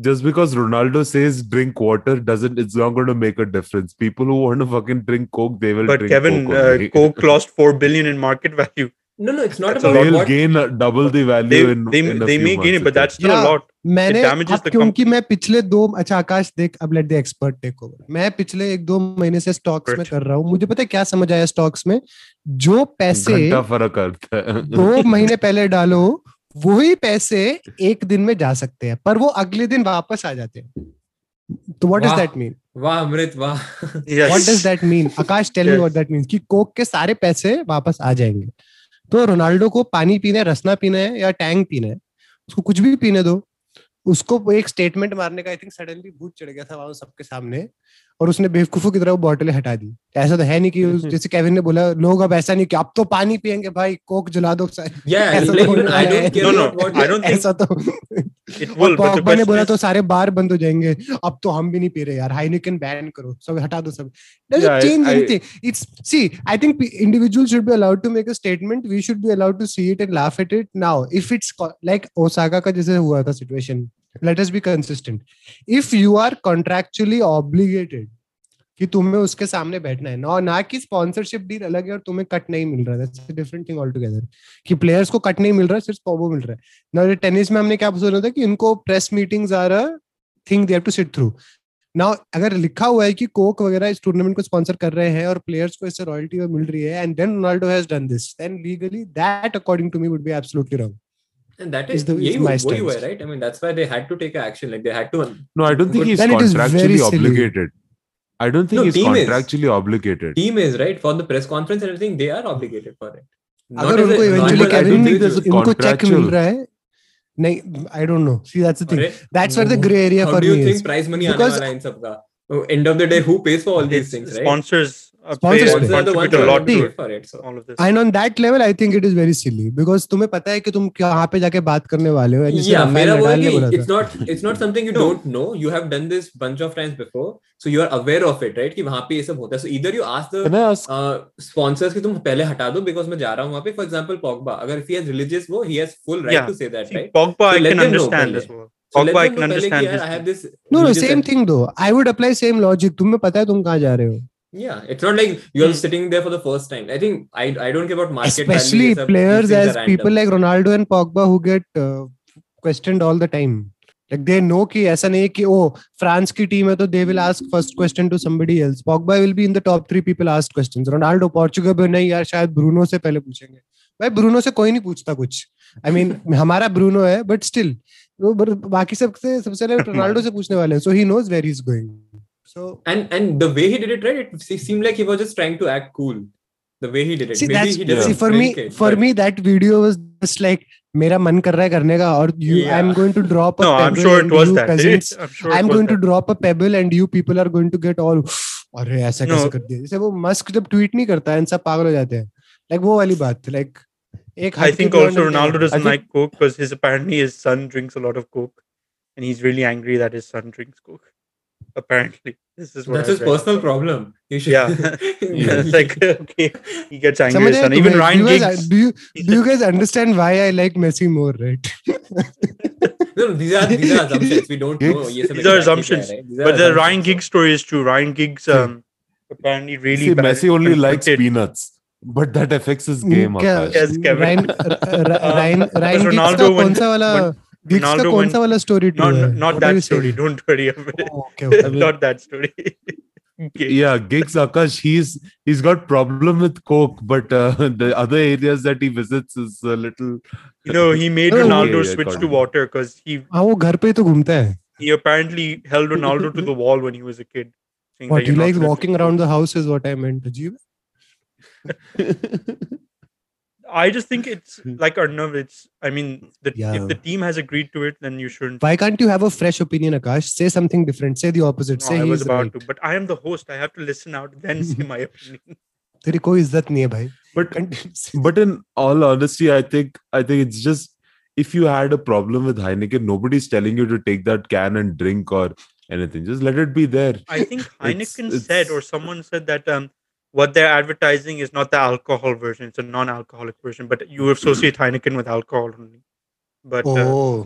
just because Ronaldo says drink water doesn't it's not going to make a difference. People who want to fucking drink Coke, they will. But drink Kevin, Coke, uh, only. Coke lost four billion in market value. No, no, it's not That's a about they'll what. gain uh, double the value They in, they, in a they few may gain months, it, but I that's still Yeah. a lot. मैंने damages अब the क्योंकि मैं पिछले दो अच्छा आकाश देख अब let the expert take over मैं पिछले एक दो महीने से स्टॉक्स में Expert. कर रहा हूँ मुझे पता है क्या समझ आया स्टॉक्स में जो think. पैसे घंटा फर्क करता है दो महीने पहले डालो वही पैसे एक दिन में जा सकते हैं पर वो अगले दिन वापस आ जाते हैं तो व्हाट डज वाह। दैट मीन वाह अमृत वाह Yes. What does that mean Akash tell me Yes. What that mean कि कोक के सारे पैसे वापस आ जाएंगे तो रोनाल्डो को पानी पीना है रसना पीना है या टैंग पीना है उसको कुछ भी पीने दो उसको एक स्टेटमेंट मारने का आई थिंक सडनली भूत चढ़ गया था वहां सबके सामने और उसने बेवकूफों की तरह वो बॉटलें हटा दी ऐसा तो है नहीं कि हम्म। उस- जैसे केविन ने बोला लोग अब ऐसा नहीं कि अब तो पानी पियेंगे भाई कोक जला दो सारे yeah ऐसा like, तो even I don't है। care No, no, about what I don't think ऐसा तो it will. But the Pogba ने question बोला is, तो सारे बार बंद हो जाएंगे अब तो हम भी नहीं पी रहे यार हाइनिकन बैन करो सब हटा दो सब Yeah, I- doesn't change I- anything it's see I think individual should be allowed to make a statement we should be allowed to see it and laugh at it now if it's like Osaka का जैसे हुआ था situation let us be consistent if you are contractually obligated कि तुम्हें उसके सामने बैठना है ना ना कि स्पॉन्सरशिप डील अलग है और तुम्हें कट नहीं मिल रहा that's a different thing all together कि प्लेयर्स को कट नहीं मिल रहा है, सिर्फ वो मिल रहा है ना टेनिस में हमने क्या सुना था कि इनको press meetings are a thing they have to sit through now अगर लिखा हुआ है कि कोक वगैरह इस टूर्नामेंट को स्पॉन्सर कर रहे हैं और प्लेयर्स को इससे रॉयल्टी मिल रही है and then Ronaldo has done this then legally that according to me would be absolutely wrong And that is is, the- is यही वो my ही stance. हुआ है, right? I mean, that's why they had to take a action. Like they had to. No, I don't think Good. he's Then it is very contractually silly. obligated. I don't think No, he's team is. contractually obligated. Team is right for the press conference and everything. They are obligated for it. Not अगर as a- उनको not eventually as but I don't Kevin think there's a इनको चेक मिल contractual- रहा है नहीं I don't know see that's the thing Alright. That's where the grey area How for do you me think prize money आने Because- वाला है इन सब का? Oh, End of the day, who pays for all these things, right? sponsors are paid- Sponsors pay. Sponsors are the ones contribute who a are lot going to to pay for it. So all of this. And on that level I think it is very silly because तुम्हें पता है कि तुम कहाँ पे जाके बात करने वाले हो and जैसे yeah, राफेल मेरा वो है नडाल ने बोला कि था it's not it's not something you No. don't know. You have done this bunch of times before, so you are aware of it, right? कि वहाँ पे ये सब होता है. So either you ask the Can I ask? Sponsors की तुम पहले हटा दो बिकॉज मैं जा रहा हूँ वहाँ पे फॉर एग्जांपल पॉगबा अगर इफ ही हैज रिलीजियस वो he has full right Yeah. To say that See, right Pogba, I let can them know understand पहले. as well. So let Pogba, I them can no पहले कि understand यार his I have this no no same thing though I would apply same logic तुम पता है तुम कहाँ जा रहे हो या it's not like you are Hmm. Sitting there for the first time I think I I don't care about market especially players as people like Ronaldo and Pogba who get uh, questioned all the time. Like they know कि ऐसा नहीं है कि oh France की team है तो they will ask first question to somebody else. Pogba will be in the top three people asked questions. Ronaldo Portugal में नहीं यार शायद Bruno से पहले पूछेंगे. भाई Bruno से कोई नहीं पूछता कुछ. I mean हमारा Bruno है but still वो बर- बाकी सबसे सबसे पहले Ronaldo से पूछने वाले हैं. So he knows where he's going. So and and the way he did it right it se- seemed like he was just trying to act cool the way he did it See, maybe that's he Yeah. didn't see for me make it, for but- me that video was just like मेरा मन कर रहा है करने का और you Yeah. I'm going to drop a No, I'm pebble sure it and was you that. eh? peasants I'm sure it I'm was going that. to drop a pebble and you people are going to get all अरे ऐसा No. कैसे कर दिया जैसे वो मस्क जब ट्वीट नहीं करता है इन सब पागल हो जाते हैं लाइक वो वाली बात लाइक एक I हद के think beyond also हम क्या Ronaldo करें? doesn't I like think- Coke because his apparently his son drinks a lot of Coke, and he's really angry that his son drinks Coke. Apparently, this is what That's I his read. personal problem. You should. Yeah. Yeah, it's like okay, he gets angry. at his समझ son. आया Even तुम्हें? Ryan Do you guys- Giggs. do you- he do you said- guys understand why I like Messi more, right? No, these are these are assumptions. We don't know. Gigs- Yes, These are assumptions. but the Ryan Giggs story is true. Ryan Giggs um, apparently really See, bad- Messi only likes conflicted. peanuts, but that affects his game. क्या Akash. Yes, Kevin. Ryan Uh, because Ryan Ryan Giggs का Ronaldo कौन went- सा वाला went- Giggs का Ronaldo कौन went- सा वाला story Not not that story. Don't worry about it. Okay okay not that story. Okay. Yeah, Gigs Akash, he's he's got problem with coke, but uh, the other areas that he visits is a little. You know, he made Okay, Ronaldo yeah, switch got to it. water because he हाँ वो घर पे ही तो घूमता है he apparently held Ronaldo to the wall when he was a kid. saying that What you're he not likes gonna walking drink around Coke. the house is what I meant. Ajib. I just think it's like Arnav. It's I mean, the, Yeah. if the team has agreed to it, then you shouldn't. Why can't you have a fresh opinion, Akash? Say something different. Say the opposite. No, say I was he's about right. to, but I am the host. I have to listen out, then say my opinion. तेरी कोई इज्जत नहीं है भाई. But Continue. but in all honesty, I think I think it's just if you had a problem with Heineken, nobody's telling you to take that can and drink or anything. Just let it be there. I think Heineken it's- said, or someone said that um, what they're advertising is not the alcohol version; it's a non-alcoholic version. But you associate Heineken with alcohol only. But uh, तो Oh.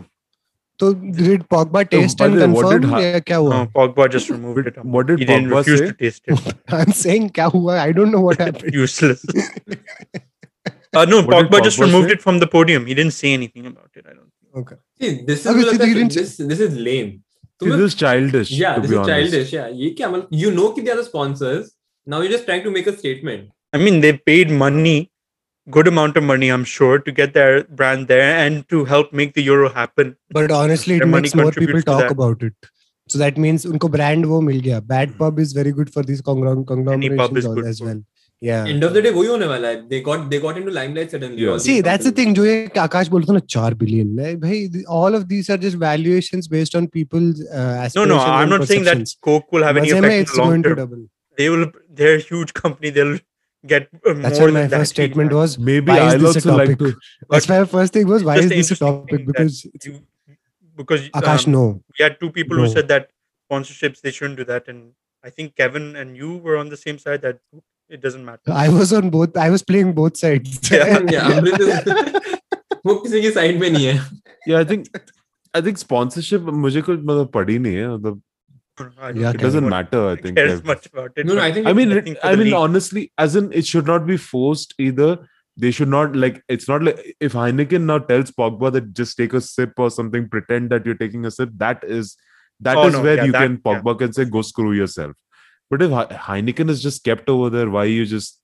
तो did Pogba taste by and the way, what did confirm Ha- या क्या no, हुआ? Uh, Pogba just removed it. But what did he didn't Pogba refuse say? to taste it. I'm saying क्या हुआ? I don't know what happened. Useless. Uh, no, What did Pogba, just Pogba removed say? it from the podium. He didn't say anything about it. I don't. Think. See, this अबे is मतलब सीधी गिनती- this this is lame. This तुम्हें- is childish. yeah, to this be is honest. childish. Yeah, ये क्या मतलब? You know कि they are the sponsors. Now you're just trying to make a statement. I mean, they paid money, good amount of money, I'm sure, to get their brand there and to help make the Euro happen. But honestly, it Their money makes more people contributes to talk that. about it. So that means उनको brand वो मिल गया. Bad pub is very good for these conglo- Hmm. is conglomerations good al- as for- well. Yeah. End of the day वही होने वाला है. They got they got into limelight suddenly. Yeah. all these See, that's the companies. thing. जो ये आकाश बोलता ना चार बिलियन भाई all of these are just valuations based on people's uh, No, no, aspirations I'm and not saying that perceptions. Coke will have any मजे effect में in it's the long going to term. double. They will. They're a huge company. They'll get uh, That's more why my than that first feedback. statement was Maybe Why is I'll this a also like topic? to. that's why my first thing was why Just is the this a interesting thing topic that because You, um, because Akash um, no we had two people who No. said that sponsorships they shouldn't do that, and I think Kevin and you were on the same side that it doesn't matter. I was on both I was playing both sides Yeah, Amrit is- वो किसी की side में नहीं है. Yeah, I think I think sponsorship. मुझे कुछ मतलब पड़ी नहीं है. मतलब I don't Yeah, think it doesn't anyone matter. I think. cares I've- much about it. No, no, but- I think I mean, I it, think for the I mean, league. honestly, as in, it should not be forced either. They should not like. It's not like if Heineken now tells Pogba that just take a sip or something, pretend that you're taking a sip. That is that is Oh, no, where yeah, you that- can yeah. Pogba can say go screw yourself. But if Hei- Heineken is just kept over there, why are you just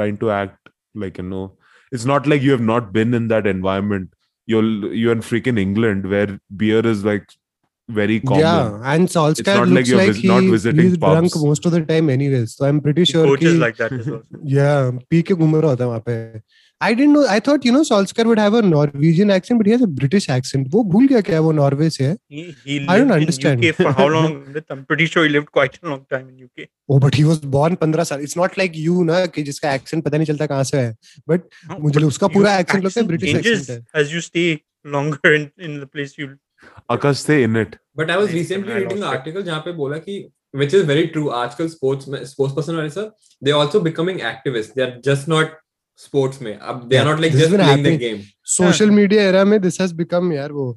trying to act like you know? It's not like you have not been in that environment. You're you're in freaking England where beer is like very common. yeah and Solskjaer not like looks you're like, vis- not he, visiting he's drunk pubs. most of the time anyways so I'm pretty sure coaches कि- like that as well. Yeah, पी के घूम रहा होता है वहां पे. I didn't know. I thought you know Solskjaer would have a Norwegian accent, but he has a British accent. वो भूल गया क्या वो नॉर्वे से है? He, he lived I don't in understand. UK for how long? Amit? I'm pretty sure he lived quite a long time in UK. Oh, but he was born 15 साल. It's not like you ना कि जिसका accent पता नहीं चलता कहाँ से है. No, मुझे but उसका your पूरा accent लगता है accent British changes accent है. as you stay longer in, in the place you. Akash, say in it. But I was नहीं, recently I reading an lost it. article जहाँ पे बोला कि which is very true आजकल sports में sports person वाले sir they are also becoming activists they are just not sports में अब they are Yeah, not like this just has been playing the happening. game हाँ। Social media era में this has become यार वो.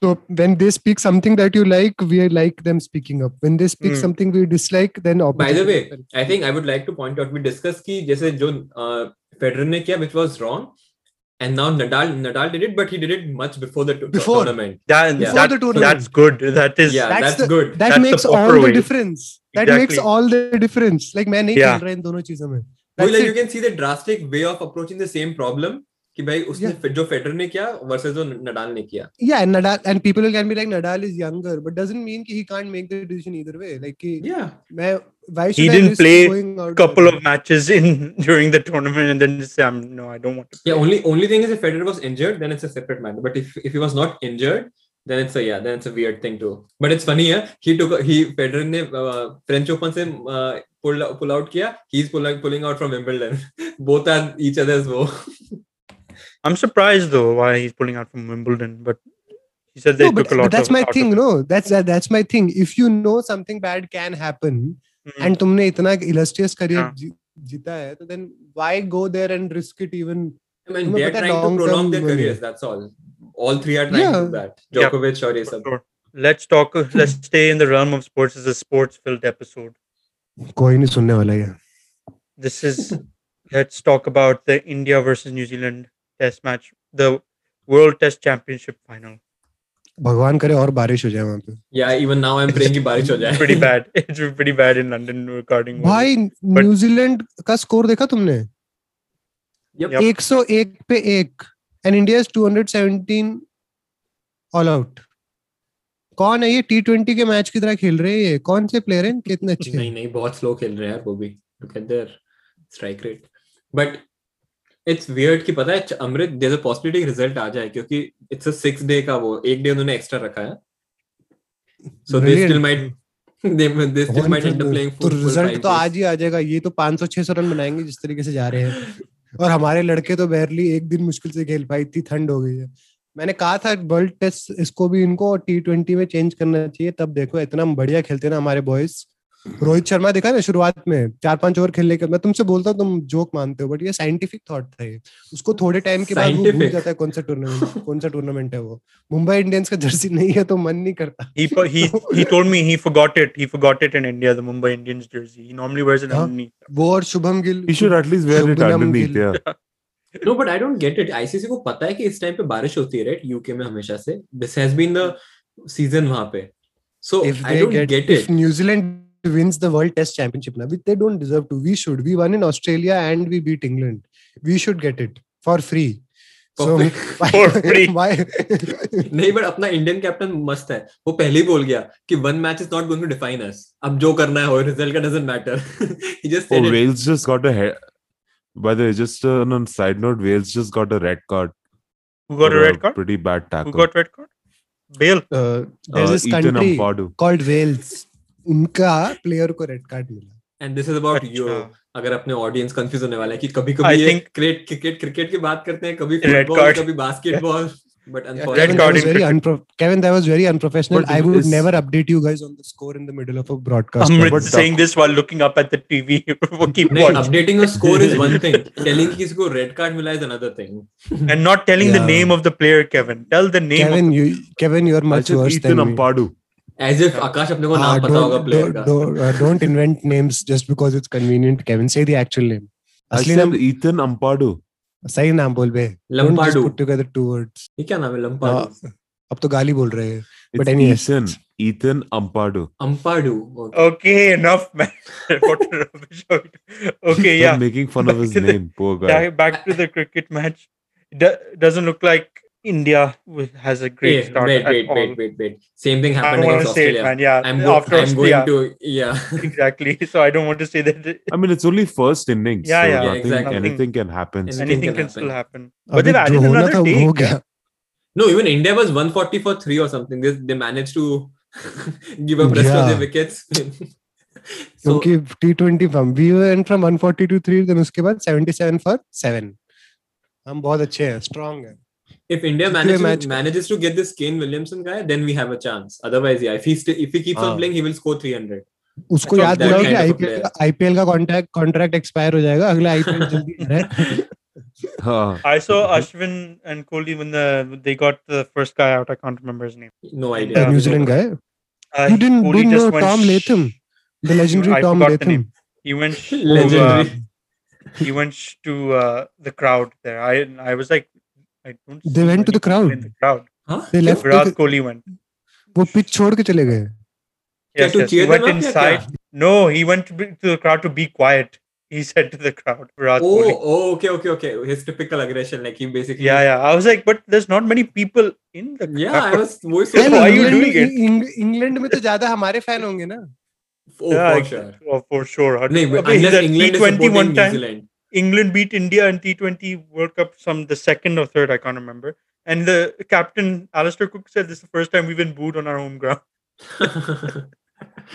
So when they speak something that you like, we like them speaking up. When they speak Hmm. something we dislike, then opposite. by the way I think I would like to point out we discussed कि जैसे जो uh, Federer ने किया which was wrong and now Nadal Nadal did it but he did it much before the t- Before. tournament That, Yeah. Before that, the tournament. that's good. That is. yeah That's that's, the- good that That's the makes all proper the way. difference. That makes Exactly. all the difference. Like मैं नहीं Yeah. खेल रहा इन दोनों चीजों में. वही That's like it. you can see the drastic way of approaching the same problem कि भाई उसने जो फेडरर ने किया versus जो नडाल ने किया yeah and nadal and people can be like nadal is younger but doesn't mean he can't make the decision either way like he, yeah why should He I didn't risk play going out Couple of matches in during the tournament, and then just say, "I'm no, I don't want to." Yeah, only only thing is if Federer was injured, then it's a separate matter. But if if he was not injured, then it's a yeah, then it's a weird thing too. But it's funny, yeah. He took a- he Federer ने uh, French Open से uh, pull pull out किया. He's pulling pulling out from Wimbledon. Both are each other's woe. I'm surprised though why he's pulling out from Wimbledon, but he said they No, but, took a lot. but that's of, my out of- thing, no. That's that, that's my thing. If you know something bad can happen, Mhm. and तुमने इतना illustrious career Yeah. जी- जीता है, तो then why go there and risk it even? I mean, No, they are but that trying to long-term prolong their memory. careers. That's all. All three are trying to do Yeah. that. Yeah. Djokovic or ये Mm, For सब. sure. Let's talk. Let's stay in the realm of sports. This is a sports-filled episode. कोई नहीं सुनने वाला है. This is. let's talk about the India versus New Zealand Test match, the World Test Championship final. भगवान करे और बारिश हो जाए वहाँ पे. Yeah, even now I'm praying कि बारिश हो जाए. Pretty bad. It's pretty bad in London regarding. World- भाई न्यूजीलैंड का स्कोर देखा तुमने? Yep. 101 पे एक and India is 217 all out. कौन है ये टी ट्वेंटी के मैच की तरह खेल रहे हैं ये? कौन से प्लेयर हैं कितने अच्छे हैं? नहीं नहीं बहुत स्लो खेल रहे हैं यार वो भी look at their strike rate but it's weird कि पता है च- Amrit there a possibility result आ जाए क्योंकि इट्स अ 6 डे का वो एक डे उन्होंने एक्स्ट्रा रखा है so they Brilliant. Still might they they still भगवान might end up करे। playing तो full- full रिजल्ट five तो days. आज ही आ जाएगा ये तो 500 600 रन बनाएंगे जिस तरीके से जा रहे हैं और हमारे लड़के तो बेरली एक दिन मुश्किल से खेल पाई थी ठंड हो गई है मैंने कहा था वर्ल्ड टेस्ट इसको भी इनको टी ट्वेंटी में चेंज करना चाहिए तब देखो इतना बढ़िया खेलते हैं ना हमारे बॉयज रोहित शर्मा देखा ना शुरुआत में चार पांच ओवर खेलने के मैं तुमसे बोलता हूँ तुम जोक मानते हो बट ये साइंटिफिक थॉट था ये उसको थोड़े टाइम के बाद वो भूल Scientific. जाता है कौन सा टूर्नामेंट कौन सा टूर्नामेंट है वो मुंबई इंडियंस का जर्सी नहीं है तो मन नहीं करता He po- he he told me he forgot it. He forgot it in India, the Mumbai Indians jersey. He normally wears it Huh? underneath. वो और Shubham Gill He should at least wear it Shubhman underneath. Gill. Yeah. No but I don't get it ICC को पता है कि इस टाइम पे बारिश होती है राइट यूके में हमेशा से this has been the season वहां पे so if I they don't get, get if New Zealand wins the World Test Championship now, which they don't deserve to, we should. We won in Australia and we beat England. We should get it for free. so it why, For free. Uh, why? नहीं बट अपना इंडियन कैप्टन मस्त है वो पहले ही बोल गया कि one match is not going to define us अब जो करना है हो रिजल्ट का doesn't matter he just Oh, said it Wales just got a head. By the way, just uh, on a side note, Wales just got a red card. Who got for a red card? Pretty bad Who tackle. got red card? Bale. Uh, there's Uh, this Ethan country Ampadu. called Wales. उनका प्लेयर को रेड कार्ड मिला and this is about you अच्छा, अगर अपने ऑडियंस कंफ्यूज होने वाला है कि कभी I कभी ये think- क्रिकेट क्रिकेट क्रिकेट की बात करते हैं कभी Red फुटबॉल card. कभी basketball but Red Kevin, that card was in very cricket. unpro- Kevin, that was very unprofessional. But I would is- never update you guys on the score in the middle of a broadcast. Amrit uh, But- saying this while looking up at the TV. We'll keep नहीं watching updating a score is one thing telling किसी को रेड कार्ड मिला is another thing and not telling the Yeah. name of the player, Kevin. Tell the name. Kevin, you, Kevin, you're much Actually, worse Ethan than me. Ampadu. As if Akash अपने को नाम Ah, पता होगा don't- प्लेयर don't- का don't- uh, don't invent names just because it's convenient, Kevin. Say the actual name. I असली said नाम Ethan Ampadu. सही नाम बोल बे Don't just लंपाडू put together two words. ये क्या नाम है लंपाडू अब तो गाली बोल रहे हैं It's But anyways. Ethan. Ethan Ampadu. अंपाडू Oh, Okay, enough, man. what a rubbish. Okay, I'm yeah. making fun of his Back to the- name. Poor guy. Back, back to the cricket match. Do- doesn't look like India wi- has a great Hey, start wait, at wait, all. wait, wait, wait. Same I thing happened don't want against to say it, Australia. man. Yeah, I'm, go- after I'm going Australia, to yeah. exactly. So I don't want to say that it- I mean, it's only first innings. Yeah, so yeah. Yeah, Nothing, exactly. Anything can happen. Anything anything can can, still happen. But अभी they've added जो होना another था वो day. हो गया No, even India was 140 for three or something. They, they managed to give up rest of their Yeah. wickets. so क्योंकि T twenty from we and from 140 to 3 then उसके बाद 77 फॉर 7 हम बहुत अच्छे हैं स्ट्रांग हैं if India Jitte manages match- manages to get this Kane Williamson guy, then we have a chance. Otherwise, yeah, if he sti- if he keeps Ah. on playing, he will score 300. उसको So याद that दिलाओ कि kind of a आईपीएल का आईपीएल का कॉन्ट्रैक्ट कॉन्ट्रैक्ट एक्सपायर हो जाएगा अगला आईपीएल जल्दी आ रहा है Huh. I saw Mm-hmm. Ashwin and Kohli when the, they got the first guy out. I can't remember his name. No idea. Yeah, The New Zealand guy Uh, you didn't, Kohli didn't just know went Tom sh- Latham the legendary I Tom forgot the Latham name. He went sh- to, uh, Legendary. he went sh- to uh, the crowd there. I I was like, I don't. They see went to the anyone crowd? In the crowd, huh? they left Virat the, Kohli went. वो पिच छोड़ के चले गए Yes, to yes. cheer He them went up, yeah, inside. No, he went to, be, to the crowd to be quiet. He said to the crowd, Virat Oh, Kohli. oh, okay, okay, okay. His typical aggression, like he basically. Yeah, yeah. I was like, but there's not many people in the crowd. Yeah, I was. वो ही So यार, सोच रहा why are you था। इंग्लैंड doing में- इंग- इंग्लैंड में तो ज्यादा हमारे फैन होंगे ना Oh, Yeah, for I- sure. Oh, for sure. नहीं Okay, he's unless at England T20 is supporting one New time. Zealand. England beat India in T20 World Cup, some the second or third, I can't remember. And the captain, Alistair Cook, said this is the first time we've been booed on our home ground.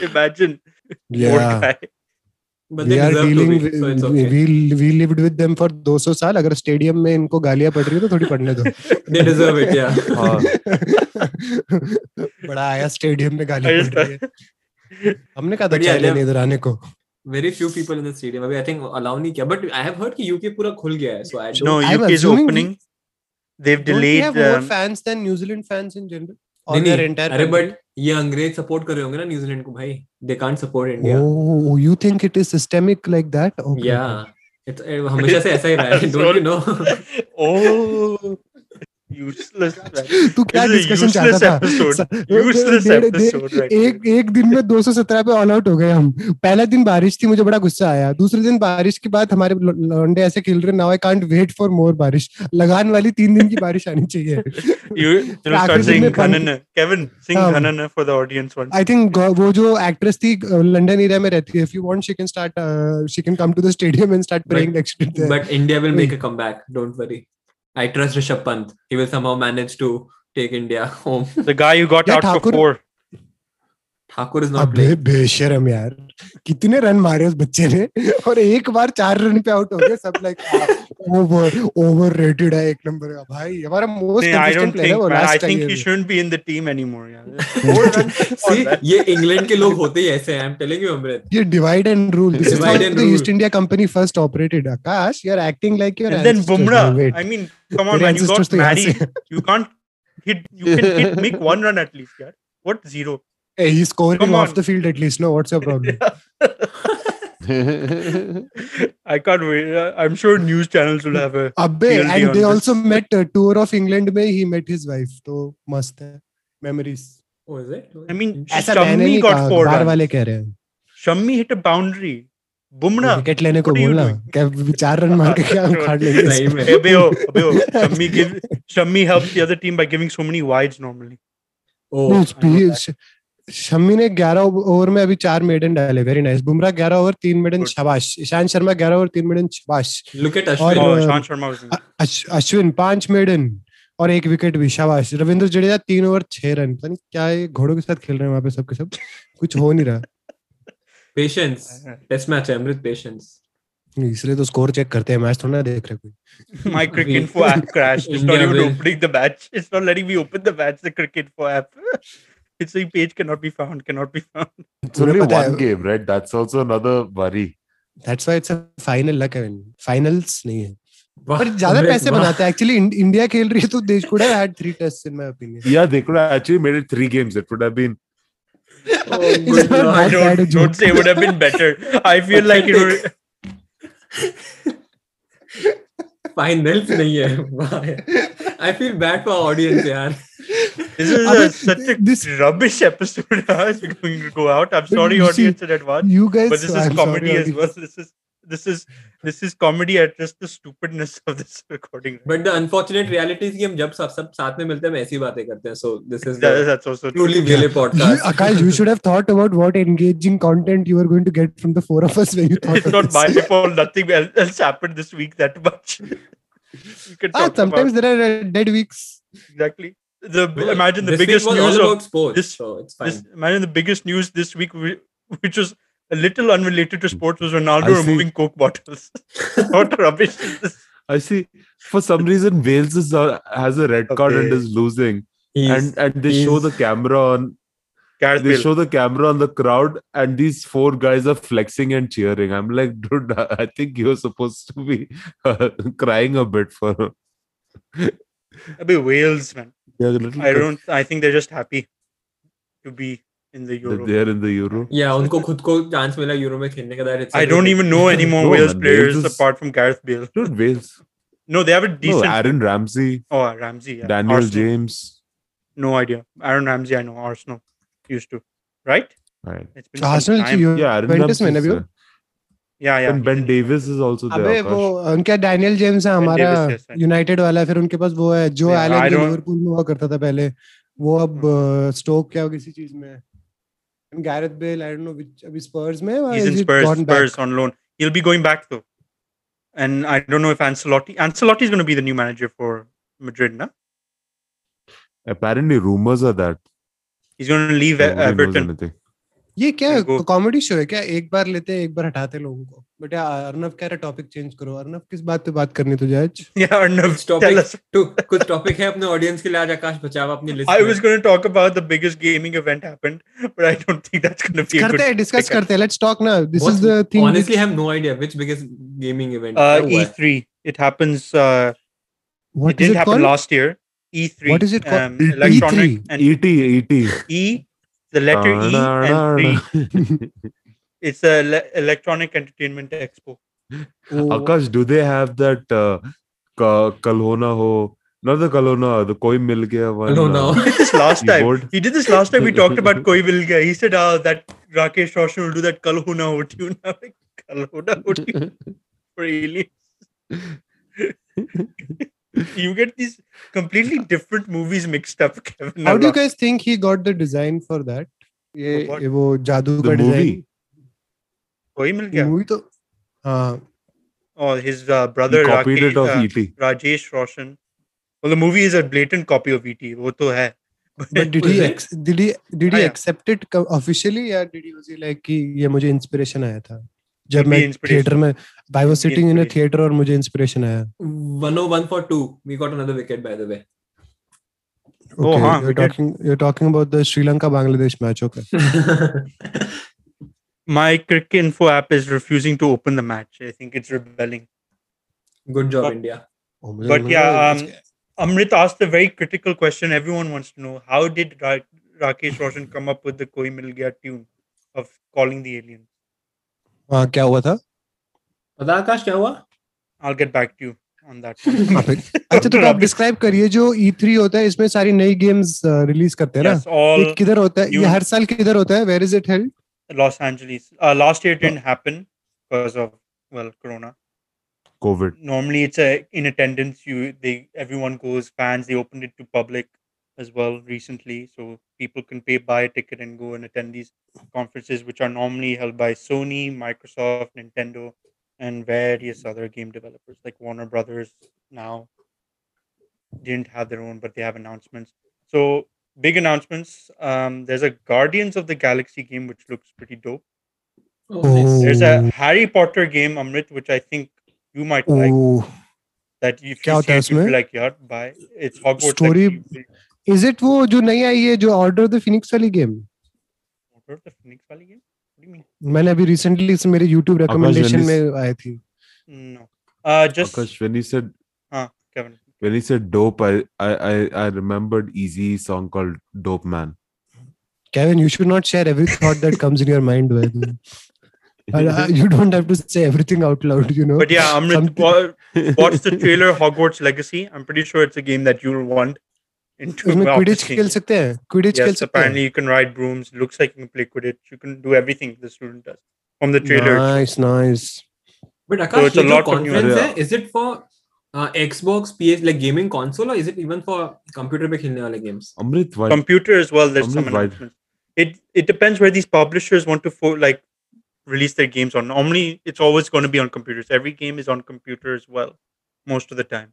Imagine. Poor yeah guy. but we they are deserve to dealing be, so it's with- okay. we we lived with them for 200 साल अगर स्टेडियम में इनको गालियां पड़ रही है तो थोड़ी पढ़ने दो They deserve it, yeah. हाँ। बड़ा आया स्टेडियम में I गालियां just- पड़ रही है हमने कहा था But yeah, चले they इधर आने को very few people in the stadium अभी आई थिंक अलाउ नहीं किया बट आई हैव हर्ड कि यूके पूरा खुल गया है so I no, I'm UK is assuming we- opening. They've Don't we delayed. have more Um, fans than New Zealand fans in general? Or नहीं, their नहीं, entire अरे country? बट ये अंग्रेज सपोर्ट कर रहे होंगे ना न्यूजीलैंड को भाई they can't support India Oh, you think it is systemic like that? Okay. या इट्स हमेशा से ऐसा ही रहा है don't you no oh, useless. right? तू क्या This is a discussion useless चाहता था? episode. स- Useless डेढ़- डेढ़- episode. Right? एक एक दिन में 217 पे ऑल आउट हो गए हम पहला दिन बारिश थी मुझे बड़ा गुस्सा आया दूसरे दिन बारिश के बाद हमारे ल- लौंडे ऐसे खेल रहे now I can't wait for more बारिश लगान वाली तीन दिन की बारिश आनी चाहिए You they'll आखिरी start दिन saying में बंद- Ghanana. Kevin, sing हाँ। Ghanana for the audience once. I think वो जो एक्ट्रेस थी लंदन एरिया में रहती है if you want she can start she can come to the stadium and start playing next day But India will Hmm. make a comeback. Don't worry. I trust Rishabh Pant. He will somehow manage to take India home. The guy who got Yeah, out Thakur- for four. Thakur is not अबे playing. बेशरम यार कितने रन मारे उस बच्चे ने और एक बार चार रन पे आउट हो गए सब लाइक ओवर ओवररेटेड है एक नंबर का भाई हमारा most Nah, I don't consistent player है think. वो man, I last think he time shouldn't be in the team anymore. Yeah. Four runs. See, that. ये इंग्लैंड के लोग होते ही ऐसे हैं. I'm telling you, Amrit. ये divide and rule this is Divide and the rule. East India company first operated Akash you are acting like your And then Bumrah. I mean, come on, man. You got married. You can't hit. You can hit. Make one run at least. Yeah. What zero? ही Come scoring on. Off the field at least no what's your problem I can't wait. Uh, I'm sure news channels will have a. अबे We'll be and on they this. Also met tour of England में ही मेट हिज वाइफ तो मस्त है memories Oh, is it? I mean, ऐसा मैंने Shammi नहीं got कहा four बाहर runs. वाले कह रहे हैं Shammi hit a boundary. Bumrah. Wicket लेने को What are you बोलना doing? क्या अभी चार रन मार के क्या हम Sure. खाड़ लेंगे सही में। इसको? Abeo, Abeo. Shammi give. Shammi helps the other team by giving so many wides normally. नहीं, Oh, स्पी- श- शमी ने 11 ओवर में अभी चार मेडन डाले वेरी नाइस बुमराह 11 ओवर तीन मेडन Good. शबाश ईशांत शर्मा 11 ओवर तीन मेडन शबाश look at Oh, But, Ashwin. और- Shan um, Sharma was in. अ- अश- अश्विन पांच मेडन और एक विकेट भी शाबाश रविंद्र जडेजा तीन ओवर छह रन पता नहीं क्या ये घोड़ों के साथ खेल रहे हैं वहां पे सबके सब कुछ हो नहीं रहा Patience. Uh-huh. Test match, है, Amrit. Patience. इसलिए तो स्कोर चेक करते हैं मैच थोड़ा ना देख रहे कोई My cricket We- info app crashed. It's not India even will- opening the match. It's not letting me open the match. The cricket info app. It's saying page cannot be found. Cannot be found. It's only तुम्हें पता one uh, है- game, right? That's also another worry. That's why it's a final luck I finals नहीं है वाह, पर ज्यादा Amrit, पैसे वाह. बनाता है एक्चुअली इंडिया खेल रही है तो देश could have had 3 test in my opinion Yeah, they could have actually made it three games. It would have been Oh, It's good lord. not bad. don't, a don't joke. say it would have been better. I feel like it would. Finals नहीं है. वाह. I feel bad for our audience, यार. This is I a, mean, such a this- rubbish episode. huh, It's going to go out. I'm But sorry, you see- audience, in advance. You guys, But this is I'm comedy sorry, as well. This is this is this is comedy at just the stupidness of this recording. But the unfortunate reality is कि हम जब सब सब साथ में मिलते हैं हम ऐसी बातें करते हैं. So this is the That- that's also true. truly really You, podcast. Akash, you should have thought about what engaging content you were going to get from the four of us when you thought It's of not this. my fault. Nothing else else happened this week that much. you can Ah, talk sometimes about there are uh, dead weeks. exactly the No, imagine the this week biggest was news all of about sports, this- so it's fine. this, imagine the biggest news this week, whi- which was a little unrelated to sports, was Ronaldo I see. removing coke bottles. what rubbish is this? I see. For some reason, Wales is uh, has a red card and is losing, He's- and uh, and they show he's- the camera on Gareth they Bale. show the camera on the crowd, and these four guys are flexing and cheering. I'm like, dude, I think you're supposed to be uh, crying a bit for him. It'd be Wales, man. They're a little I don't. I think they're just happy to be in the that Euro. they're in the Euro. yeah, उनको खुद को चांस मिला यूरो में खेलने का that it's a I don't great- even know any more No, Wales man, players Wales is- apart from Gareth Bale. Dude, Wales. No, they have a decent. No, Aaron Ramsey, oh, Ramsey. Yeah. Daniel Arsenal. James. No idea. Aaron Ramsey. I know Arsenal used to. Right. Right. It's been Arsenal Some time. you Yeah, Aaron Juventus Ramsey. में ना is भी हो? uh, there. Yeah, yeah. And Ben Davis is also there. अबे Akash. वो उनका डैनियल जेम्स है हमारा Davis, yes, sir. यूनाइटेड वाला फिर उनके पास वो है जो Yeah, I Alan don't- Hmm. Liverpool में हुआ करता था पहले वो अब स्टोक क्या किसी चीज में है Gareth Bale I don't know which अभी स्पर्स में है or He's has in he Spurs. gone back? Spurs on loan. He'll be going back though. And I don't know if Ancelotti. Ancelotti's going to be the new manager for Madrid, no? Apparently, rumors are that He's going to leave E- nobody knows Everton. anything. ये क्या देखो- कॉमेडी शो है क्या एक बार लेते हैं एक बार हटाते हैं लोगों को बट अर्नव कह रहा टॉपिक चेंज करो अर्नव किस बात पे बात करनी तुझे आज Yeah, Arnav, Stop tell it. us. तो कुछ टॉपिक है अपने ऑडियंस के लिए आज आकाश बचाव अपनी list I was going to talk about the biggest gaming event happened, but I don't think that's going to be a करते good. हैं डिस्कस pick-up. करते हैं लेट्स टॉक ना this What's- is the thing honestly I have no idea which biggest gaming event Uh, E3. It happens. Uh, it did what is it happen called last year. E3. What is it called? E Um, E3. electronic and ET, ET. E, the letter E and three. It's a le- electronic entertainment expo. Oh, Akash, do they have that uh, ka- Kalhona Ho? Not the Kalhona, the Koi Mil Gaya one. Hello uh, now This last time. keyboard. He did this last time. We talked about Koi Will Gaya. He said, "Ah, that Rakesh Roshan will do that Kal Ho Na Ho tune." I'm like, Kal Ho Na Ho tune for aliens. you get these completely different movies mixed up, Kevin. How do you guys think he got the design for that ये For what? ये वो जादू The का movie. Design Koi Mil Gaya. Movie तो हाँ Oh, his uh, He brother copied it E Rakesh, of uh, ET. Rajesh Roshan. Well, the movie is a blatant copy of E ET. वो तो है. but did Was he it? ex- did he did he आया। accept it co- officially या did he was he like कि ये मुझे इंस्पिरेशन आया था जब Could मैं be inspiration. थिएटर में I was Could be sitting in a inspiration. Theatre और मुझे इंस्पिरेशन आया 101 oh, for 2 we got another wicket by the way Oh, Okay, हाँ, you're we did. talking you're talking about the Sri Lanka Bangladesh match okay My cricket info app is refusing to open the match. I think it's rebelling. good job But- india Oh, But yeah, um, Amrit asked a very critical question. Everyone wants to know how did Ra- Rakesh Roshan come up with the Koi Mil Gaya tune of calling the alien? हाँ क्या हुआ था पता आकाश क्या हुआ I'll get back to you on that. हाँ, one. भाई। अच्छा तो आप Rubbish. डिस्क्राइब करिए जो E3 होता है इसमें सारी नई गेम्स रिलीज करते हैं ना yes, all ये किधर होता है ये you- हर साल किधर होता है where is it held Los Angeles. Uh, last year it didn't happen because of well, Corona. COVID. Normally it's a in attendance. You they everyone goes. Fans they opened it to public as well recently, so people can pay buy a ticket and go and attend these conferences, which are normally held by Sony, Microsoft, Nintendo, and various other game developers like Warner Brothers. Now didn't have their own, but they have announcements. So big announcements. Um, there's a Guardians of the Galaxy game which looks pretty dope. Oh, nice. Oh. There's a Harry Potter game, Amrit, which I think you might like. Oh, That if क्या you होता see है it, you'd be उसमें? like, yeah, buy. It's Hogwarts. Story- Legacy, is it वो जो नई आई है जो ऑर्डर द फिनिक्स वाली game Order of the Phoenix वाली game? What do you mean? मैंने अभी रिसेंटली मेरे YouTube रिकमेंडेशन Akash, में आई थी No. Uh, just Akash, when you said Kevin. when he said dope, I I I, I remembered Easy song called Dope Man. Kevin you should not share every thought that comes in your mind with And, uh, you don't have to say everything out loud you know But yeah, Amrit, Something- wa- watch the trailer Hogwarts Legacy. I'm pretty sure it's a game that you'll want. Into उसमें after क्विडिच seeing खेल it. सकते हैं क्विडिच खेल Yes, सकते हैं apparently you can ride brooms. Looks like you can play Quidditch. You can do everything the student does from the trailer. nice nice But Akash, it's a ये जो lot of new conference area. है, is it for uh, Xbox, PS, like gaming console, or is it even for computer पे खेलने वाले games? Amrit, why? computer as well. There's I'm some just wide. announcements. It it depends where these publishers want to fo- like release their games on. Normally, it's always going to be on computers. Every game is on computer as well, most of the time,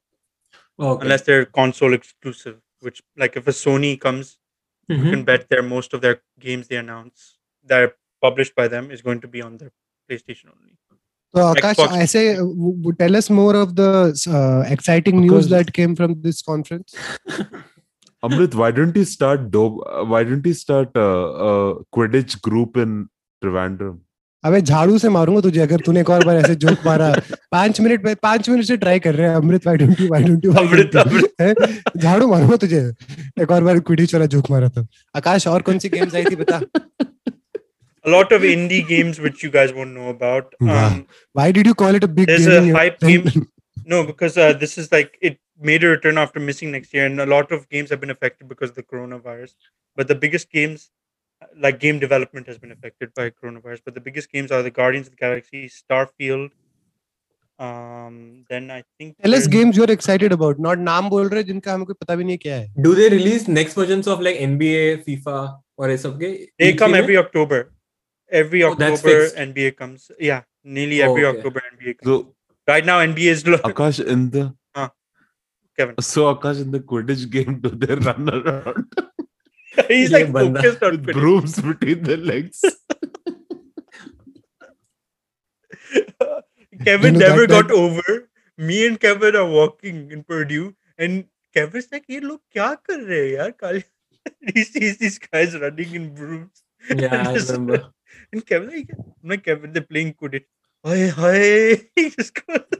Okay. unless they're console exclusive. Which like if a Sony comes, you Mhm. can bet their most of their games they announce that are published by them is going to be on their PlayStation only. So Akash, Xbox. I say, uh, w- w- tell us more of the uh, exciting news Because- that came from this conference. Amrit, why don't you start dope? Uh, why don't you start a uh, uh, Quidditch group in Trivandrum? अबे झाड़ू से मारूंगा तुझे अगर तूने एक और बार ऐसे जोक मारा पांच मिनट में पांच मिनट से ट्राई कर रहे हैं Amrit why don't you why don't you Amrit, Amrit. झाड़ू मारूंगा तुझे एक और बार क्विडिच वाला जोक मारा था आकाश और कौन सी गेम्स आई थी बता A lot of indie games which you guys won't know about. Wow. Um, why did you call it a big There's a hype game. No, because uh, this is like it made a return after missing next year, and a lot of games have been affected because of the coronavirus. But the biggest games, uh, like game development, has been affected by coronavirus. But the biggest games are the Guardians of the Galaxy, Starfield. Um, then I think tell us there's- games you are excited about not नाम बोल रहे जिनका हमको क्या पता भी नहीं क्या है Do they release next versions of like NBA, FIFA, और ये सब के? they E3 come में? every October. Every Oh, that's October fixed. NBA comes. Yeah, nearly Oh, every okay. October NBA comes. So Right now NBA is lo- Akash, in the Huh. हाँ, Kevin. So Akash in the Quidditch game, do they run around He's ये like बंदा- focused on with Quidditch. brooms between their legs? Kevin You know, never that- that- got over. Me and Kevin are walking in Purdue, and Kevin's like, "ये लोग क्या कर रहे हैं यार काले?" He sees these guys running in brooms, Yeah, I This- remember. and Kevin like, "I'm like Kevin, they're playing Quidditch." Hi, hi. He just goes,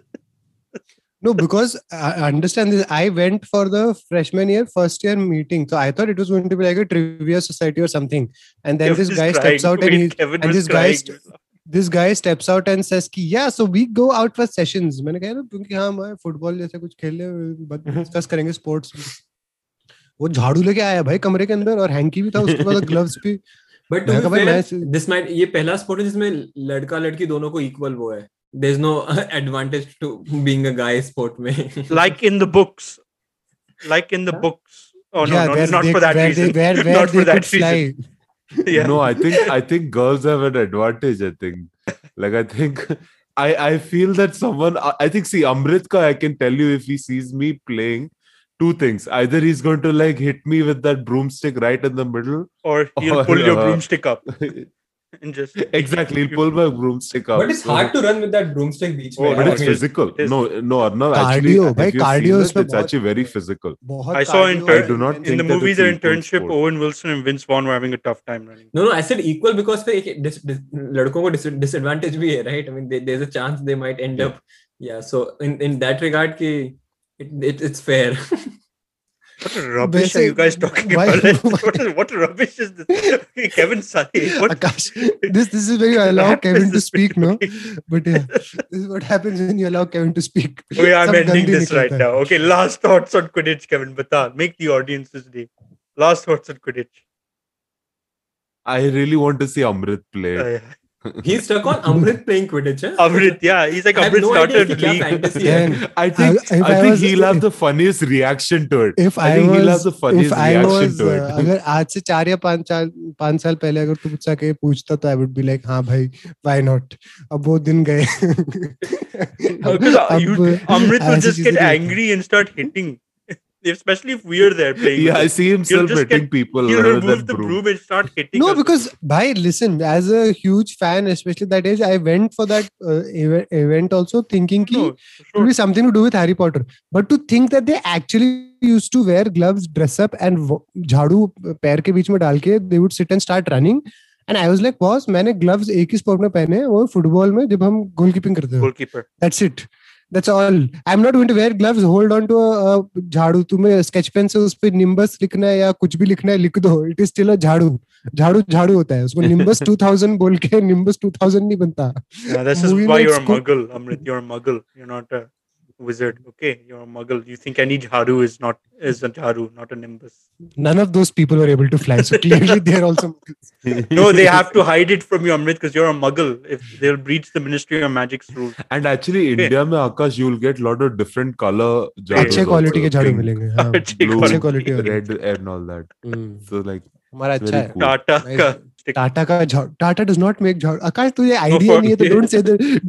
No, because I I understand this. I went for the freshman year, first year meeting. So I thought it was going to be like a trivia society or something. And then Kevin's this guy crying. steps out and Wait, he Kevin and was this guy crying. st- this guy steps out and says कि yeah so we go out for sessions मैंने कहा ना क्योंकि हाँ मैं फुटबॉल जैसा कुछ खेलने Mm-hmm. डिस्कस करेंगे स्पोर्ट्स वो झाड़ू लेके आया भाई कमरे के अंदर और हैंकी भी था उसके बाद ग्लव्स भी Oh, But to मैं be कहा भाई fair, मैं- this might ये पहला स्पोर्ट है जिसमें लड़का लड़की दोनों को इक्वल वो है there is no advantage to being a guy sport में like in the books, like in the Huh? books. Oh no, Yeah, no, where not they- for that where reason. they- where- where Not for they that could fly. reason. yeah. No, I think I think girls have an advantage. I think, like I think, I I feel that someone. I, I think see Amritka. I can tell you if he sees me playing, two things. Either he's going to like hit me with that broomstick right in the middle. or he'll Or, pull your uh, broomstick up and just exactly, he'll pull my broomstick up. But it's So- hard to run with that broomstick बीच Oh, में But यार। it's physical. It is. No, no, Arnav. Actually, Cardio, if bhai, you've seen cardio it, उसमें it's बहुत- actually very physical. बहुत I saw in cardio turn- I do not intense in the think that movies it's their an equal internship sport. owen wilson and vince vaughn were having a tough time running No, no, I said equal because फिर एक dis, dis, लड़कों को dis, disadvantage भी है, right? I mean, there- there's a chance they might end Yeah. up, yeah. So in in that regard, कि it, it it's fair. what rubbish are you Basic- guys talking why- about what, is, what rubbish is this okay, kevin sorry what Akash, this this is where you allow crap is Kevin to this speak, no? okay But yeah, this is what happens when you allow Kevin to speak. i'm Some ending gandhi this right निकलता है। now okay last thoughts on quidditch kevin bata make the audience this day last thoughts on quidditch I really want to see Amrit play. uh, He's stuck on Amrit playing Quidditch. Huh? amrit yeah he's like I have amrit no idea started if he क्या league fantasy है. Then I think I- if I, I think was- he'll have the funniest reaction to it. if I I think he'll have was the funniest if I reaction was to uh, it. अगर आज से चार या पांच साल पांच साल पहले अगर तू मुझसे आके पूछता तो आई वुड बी लाइक हाँ भाई व्हाई नॉट अब वो दिन गए Because uh, you, Amrit will ऐसी just चीजें get नहीं होती। angry and start hitting, especially if we're there playing. yeah, I with see himself just hitting get- people him. He'll rather than remove the broom. broom and start hitting. No, us. because bhai, listen, as a huge fan, especially that age, I went for that uh, eve- event also thinking ki No, it Hmm. would be something to do with Harry Potter. But to think that they actually used to wear gloves, dress up, and wo- झाड़ू पैर के बीच में डाल के they would sit and start running. And I was like, boss, मैंने gloves एक ही sport में पहने हैं, वो फुटबॉल में जब हम goalkeeping करते हैं. goalkeeper. That's it. That's all. I'm not going to wear gloves. Hold on to a, a झाड़ू तुम्हें स्केच पेन से उस पे निम्बस लिखना है या कुछ भी लिखना है लिख दो इट इज स्टिल अ झाड़ू झाड़ू झाड़ू होता है उसको निम्बस 2000 बोल के निम्बस 2000 नहीं बनता Yeah, this is Movie why you're a makes good- muggle, Amrit. You're a muggle. You're not a wizard. Okay, you're a muggle. You think any jharu is not is a jharu, not a nimbus. none of those people were able to fly. So clearly they are also No, they have to hide it from you, Amrit, because you're a muggle. If they'll breach the Ministry of Magic's rules. And actually, India mein Akash, you'll get a lot of different color jars. अच्छे क्वालिटी के झाड़ू मिलेंगे Um, हाँ, अच्छा। Blue, अच्छे क्वालिटी वाले red, and all that. Hmm, So like हमारा it's अच्छा है very cool. Tata ka stick. Tata का झाड़ू Tata does not make jhadu Akash तुझे आईडिया for- नहीं है तो don't say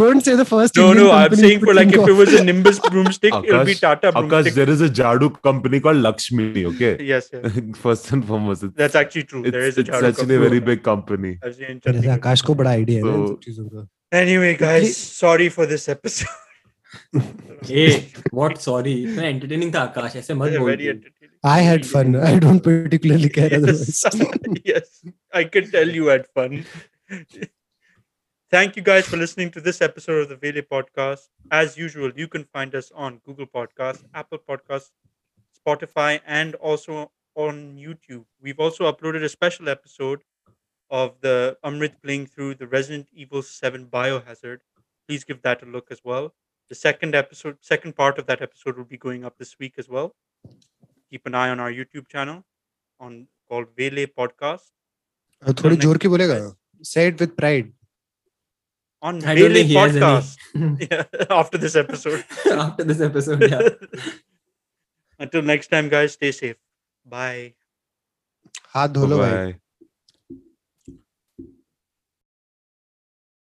don't say the first No, no, I'm saying for like if it was a nimbus broomstick, it'll be Akash- Tata Akash, broomstick. there is a jadu company called Lakshmi. Okay, Yes, yes. first and foremost, it's, That's actually true. there is it's, a it's Jhadu actually a company. very big company. I've seen it in जैसे Chandigarh. आकाश को बड़ा आइडिया है ना इन So- सब चीजों का Anyway, Ye- guys, sorry for this episode. Hey, what sorry? इतना entertaining था आकाश ऐसे मत बोल Very entertaining. I had fun I don't particularly care Yes, yes, I can tell you had fun. Thank you guys for listening to this episode of the Vele podcast. As usual, you can find us on Google Podcasts, Apple Podcasts, Spotify, and also on YouTube. We've also uploaded a special episode of the Amrit playing through the Resident Evil 7 Biohazard. Please give that a look as well. The second episode, second part of that episode will be going up this week as well. Keep an eye on our YouTube channel on called Vele Podcast. थोड़ी जोर के बोलेगा say it with pride On I don't Vele think he has any. Podcast. Yeah, after this episode. They after this episode यार Until next time, guys, stay safe. Bye. हाथ धो लो भाई Bye-bye.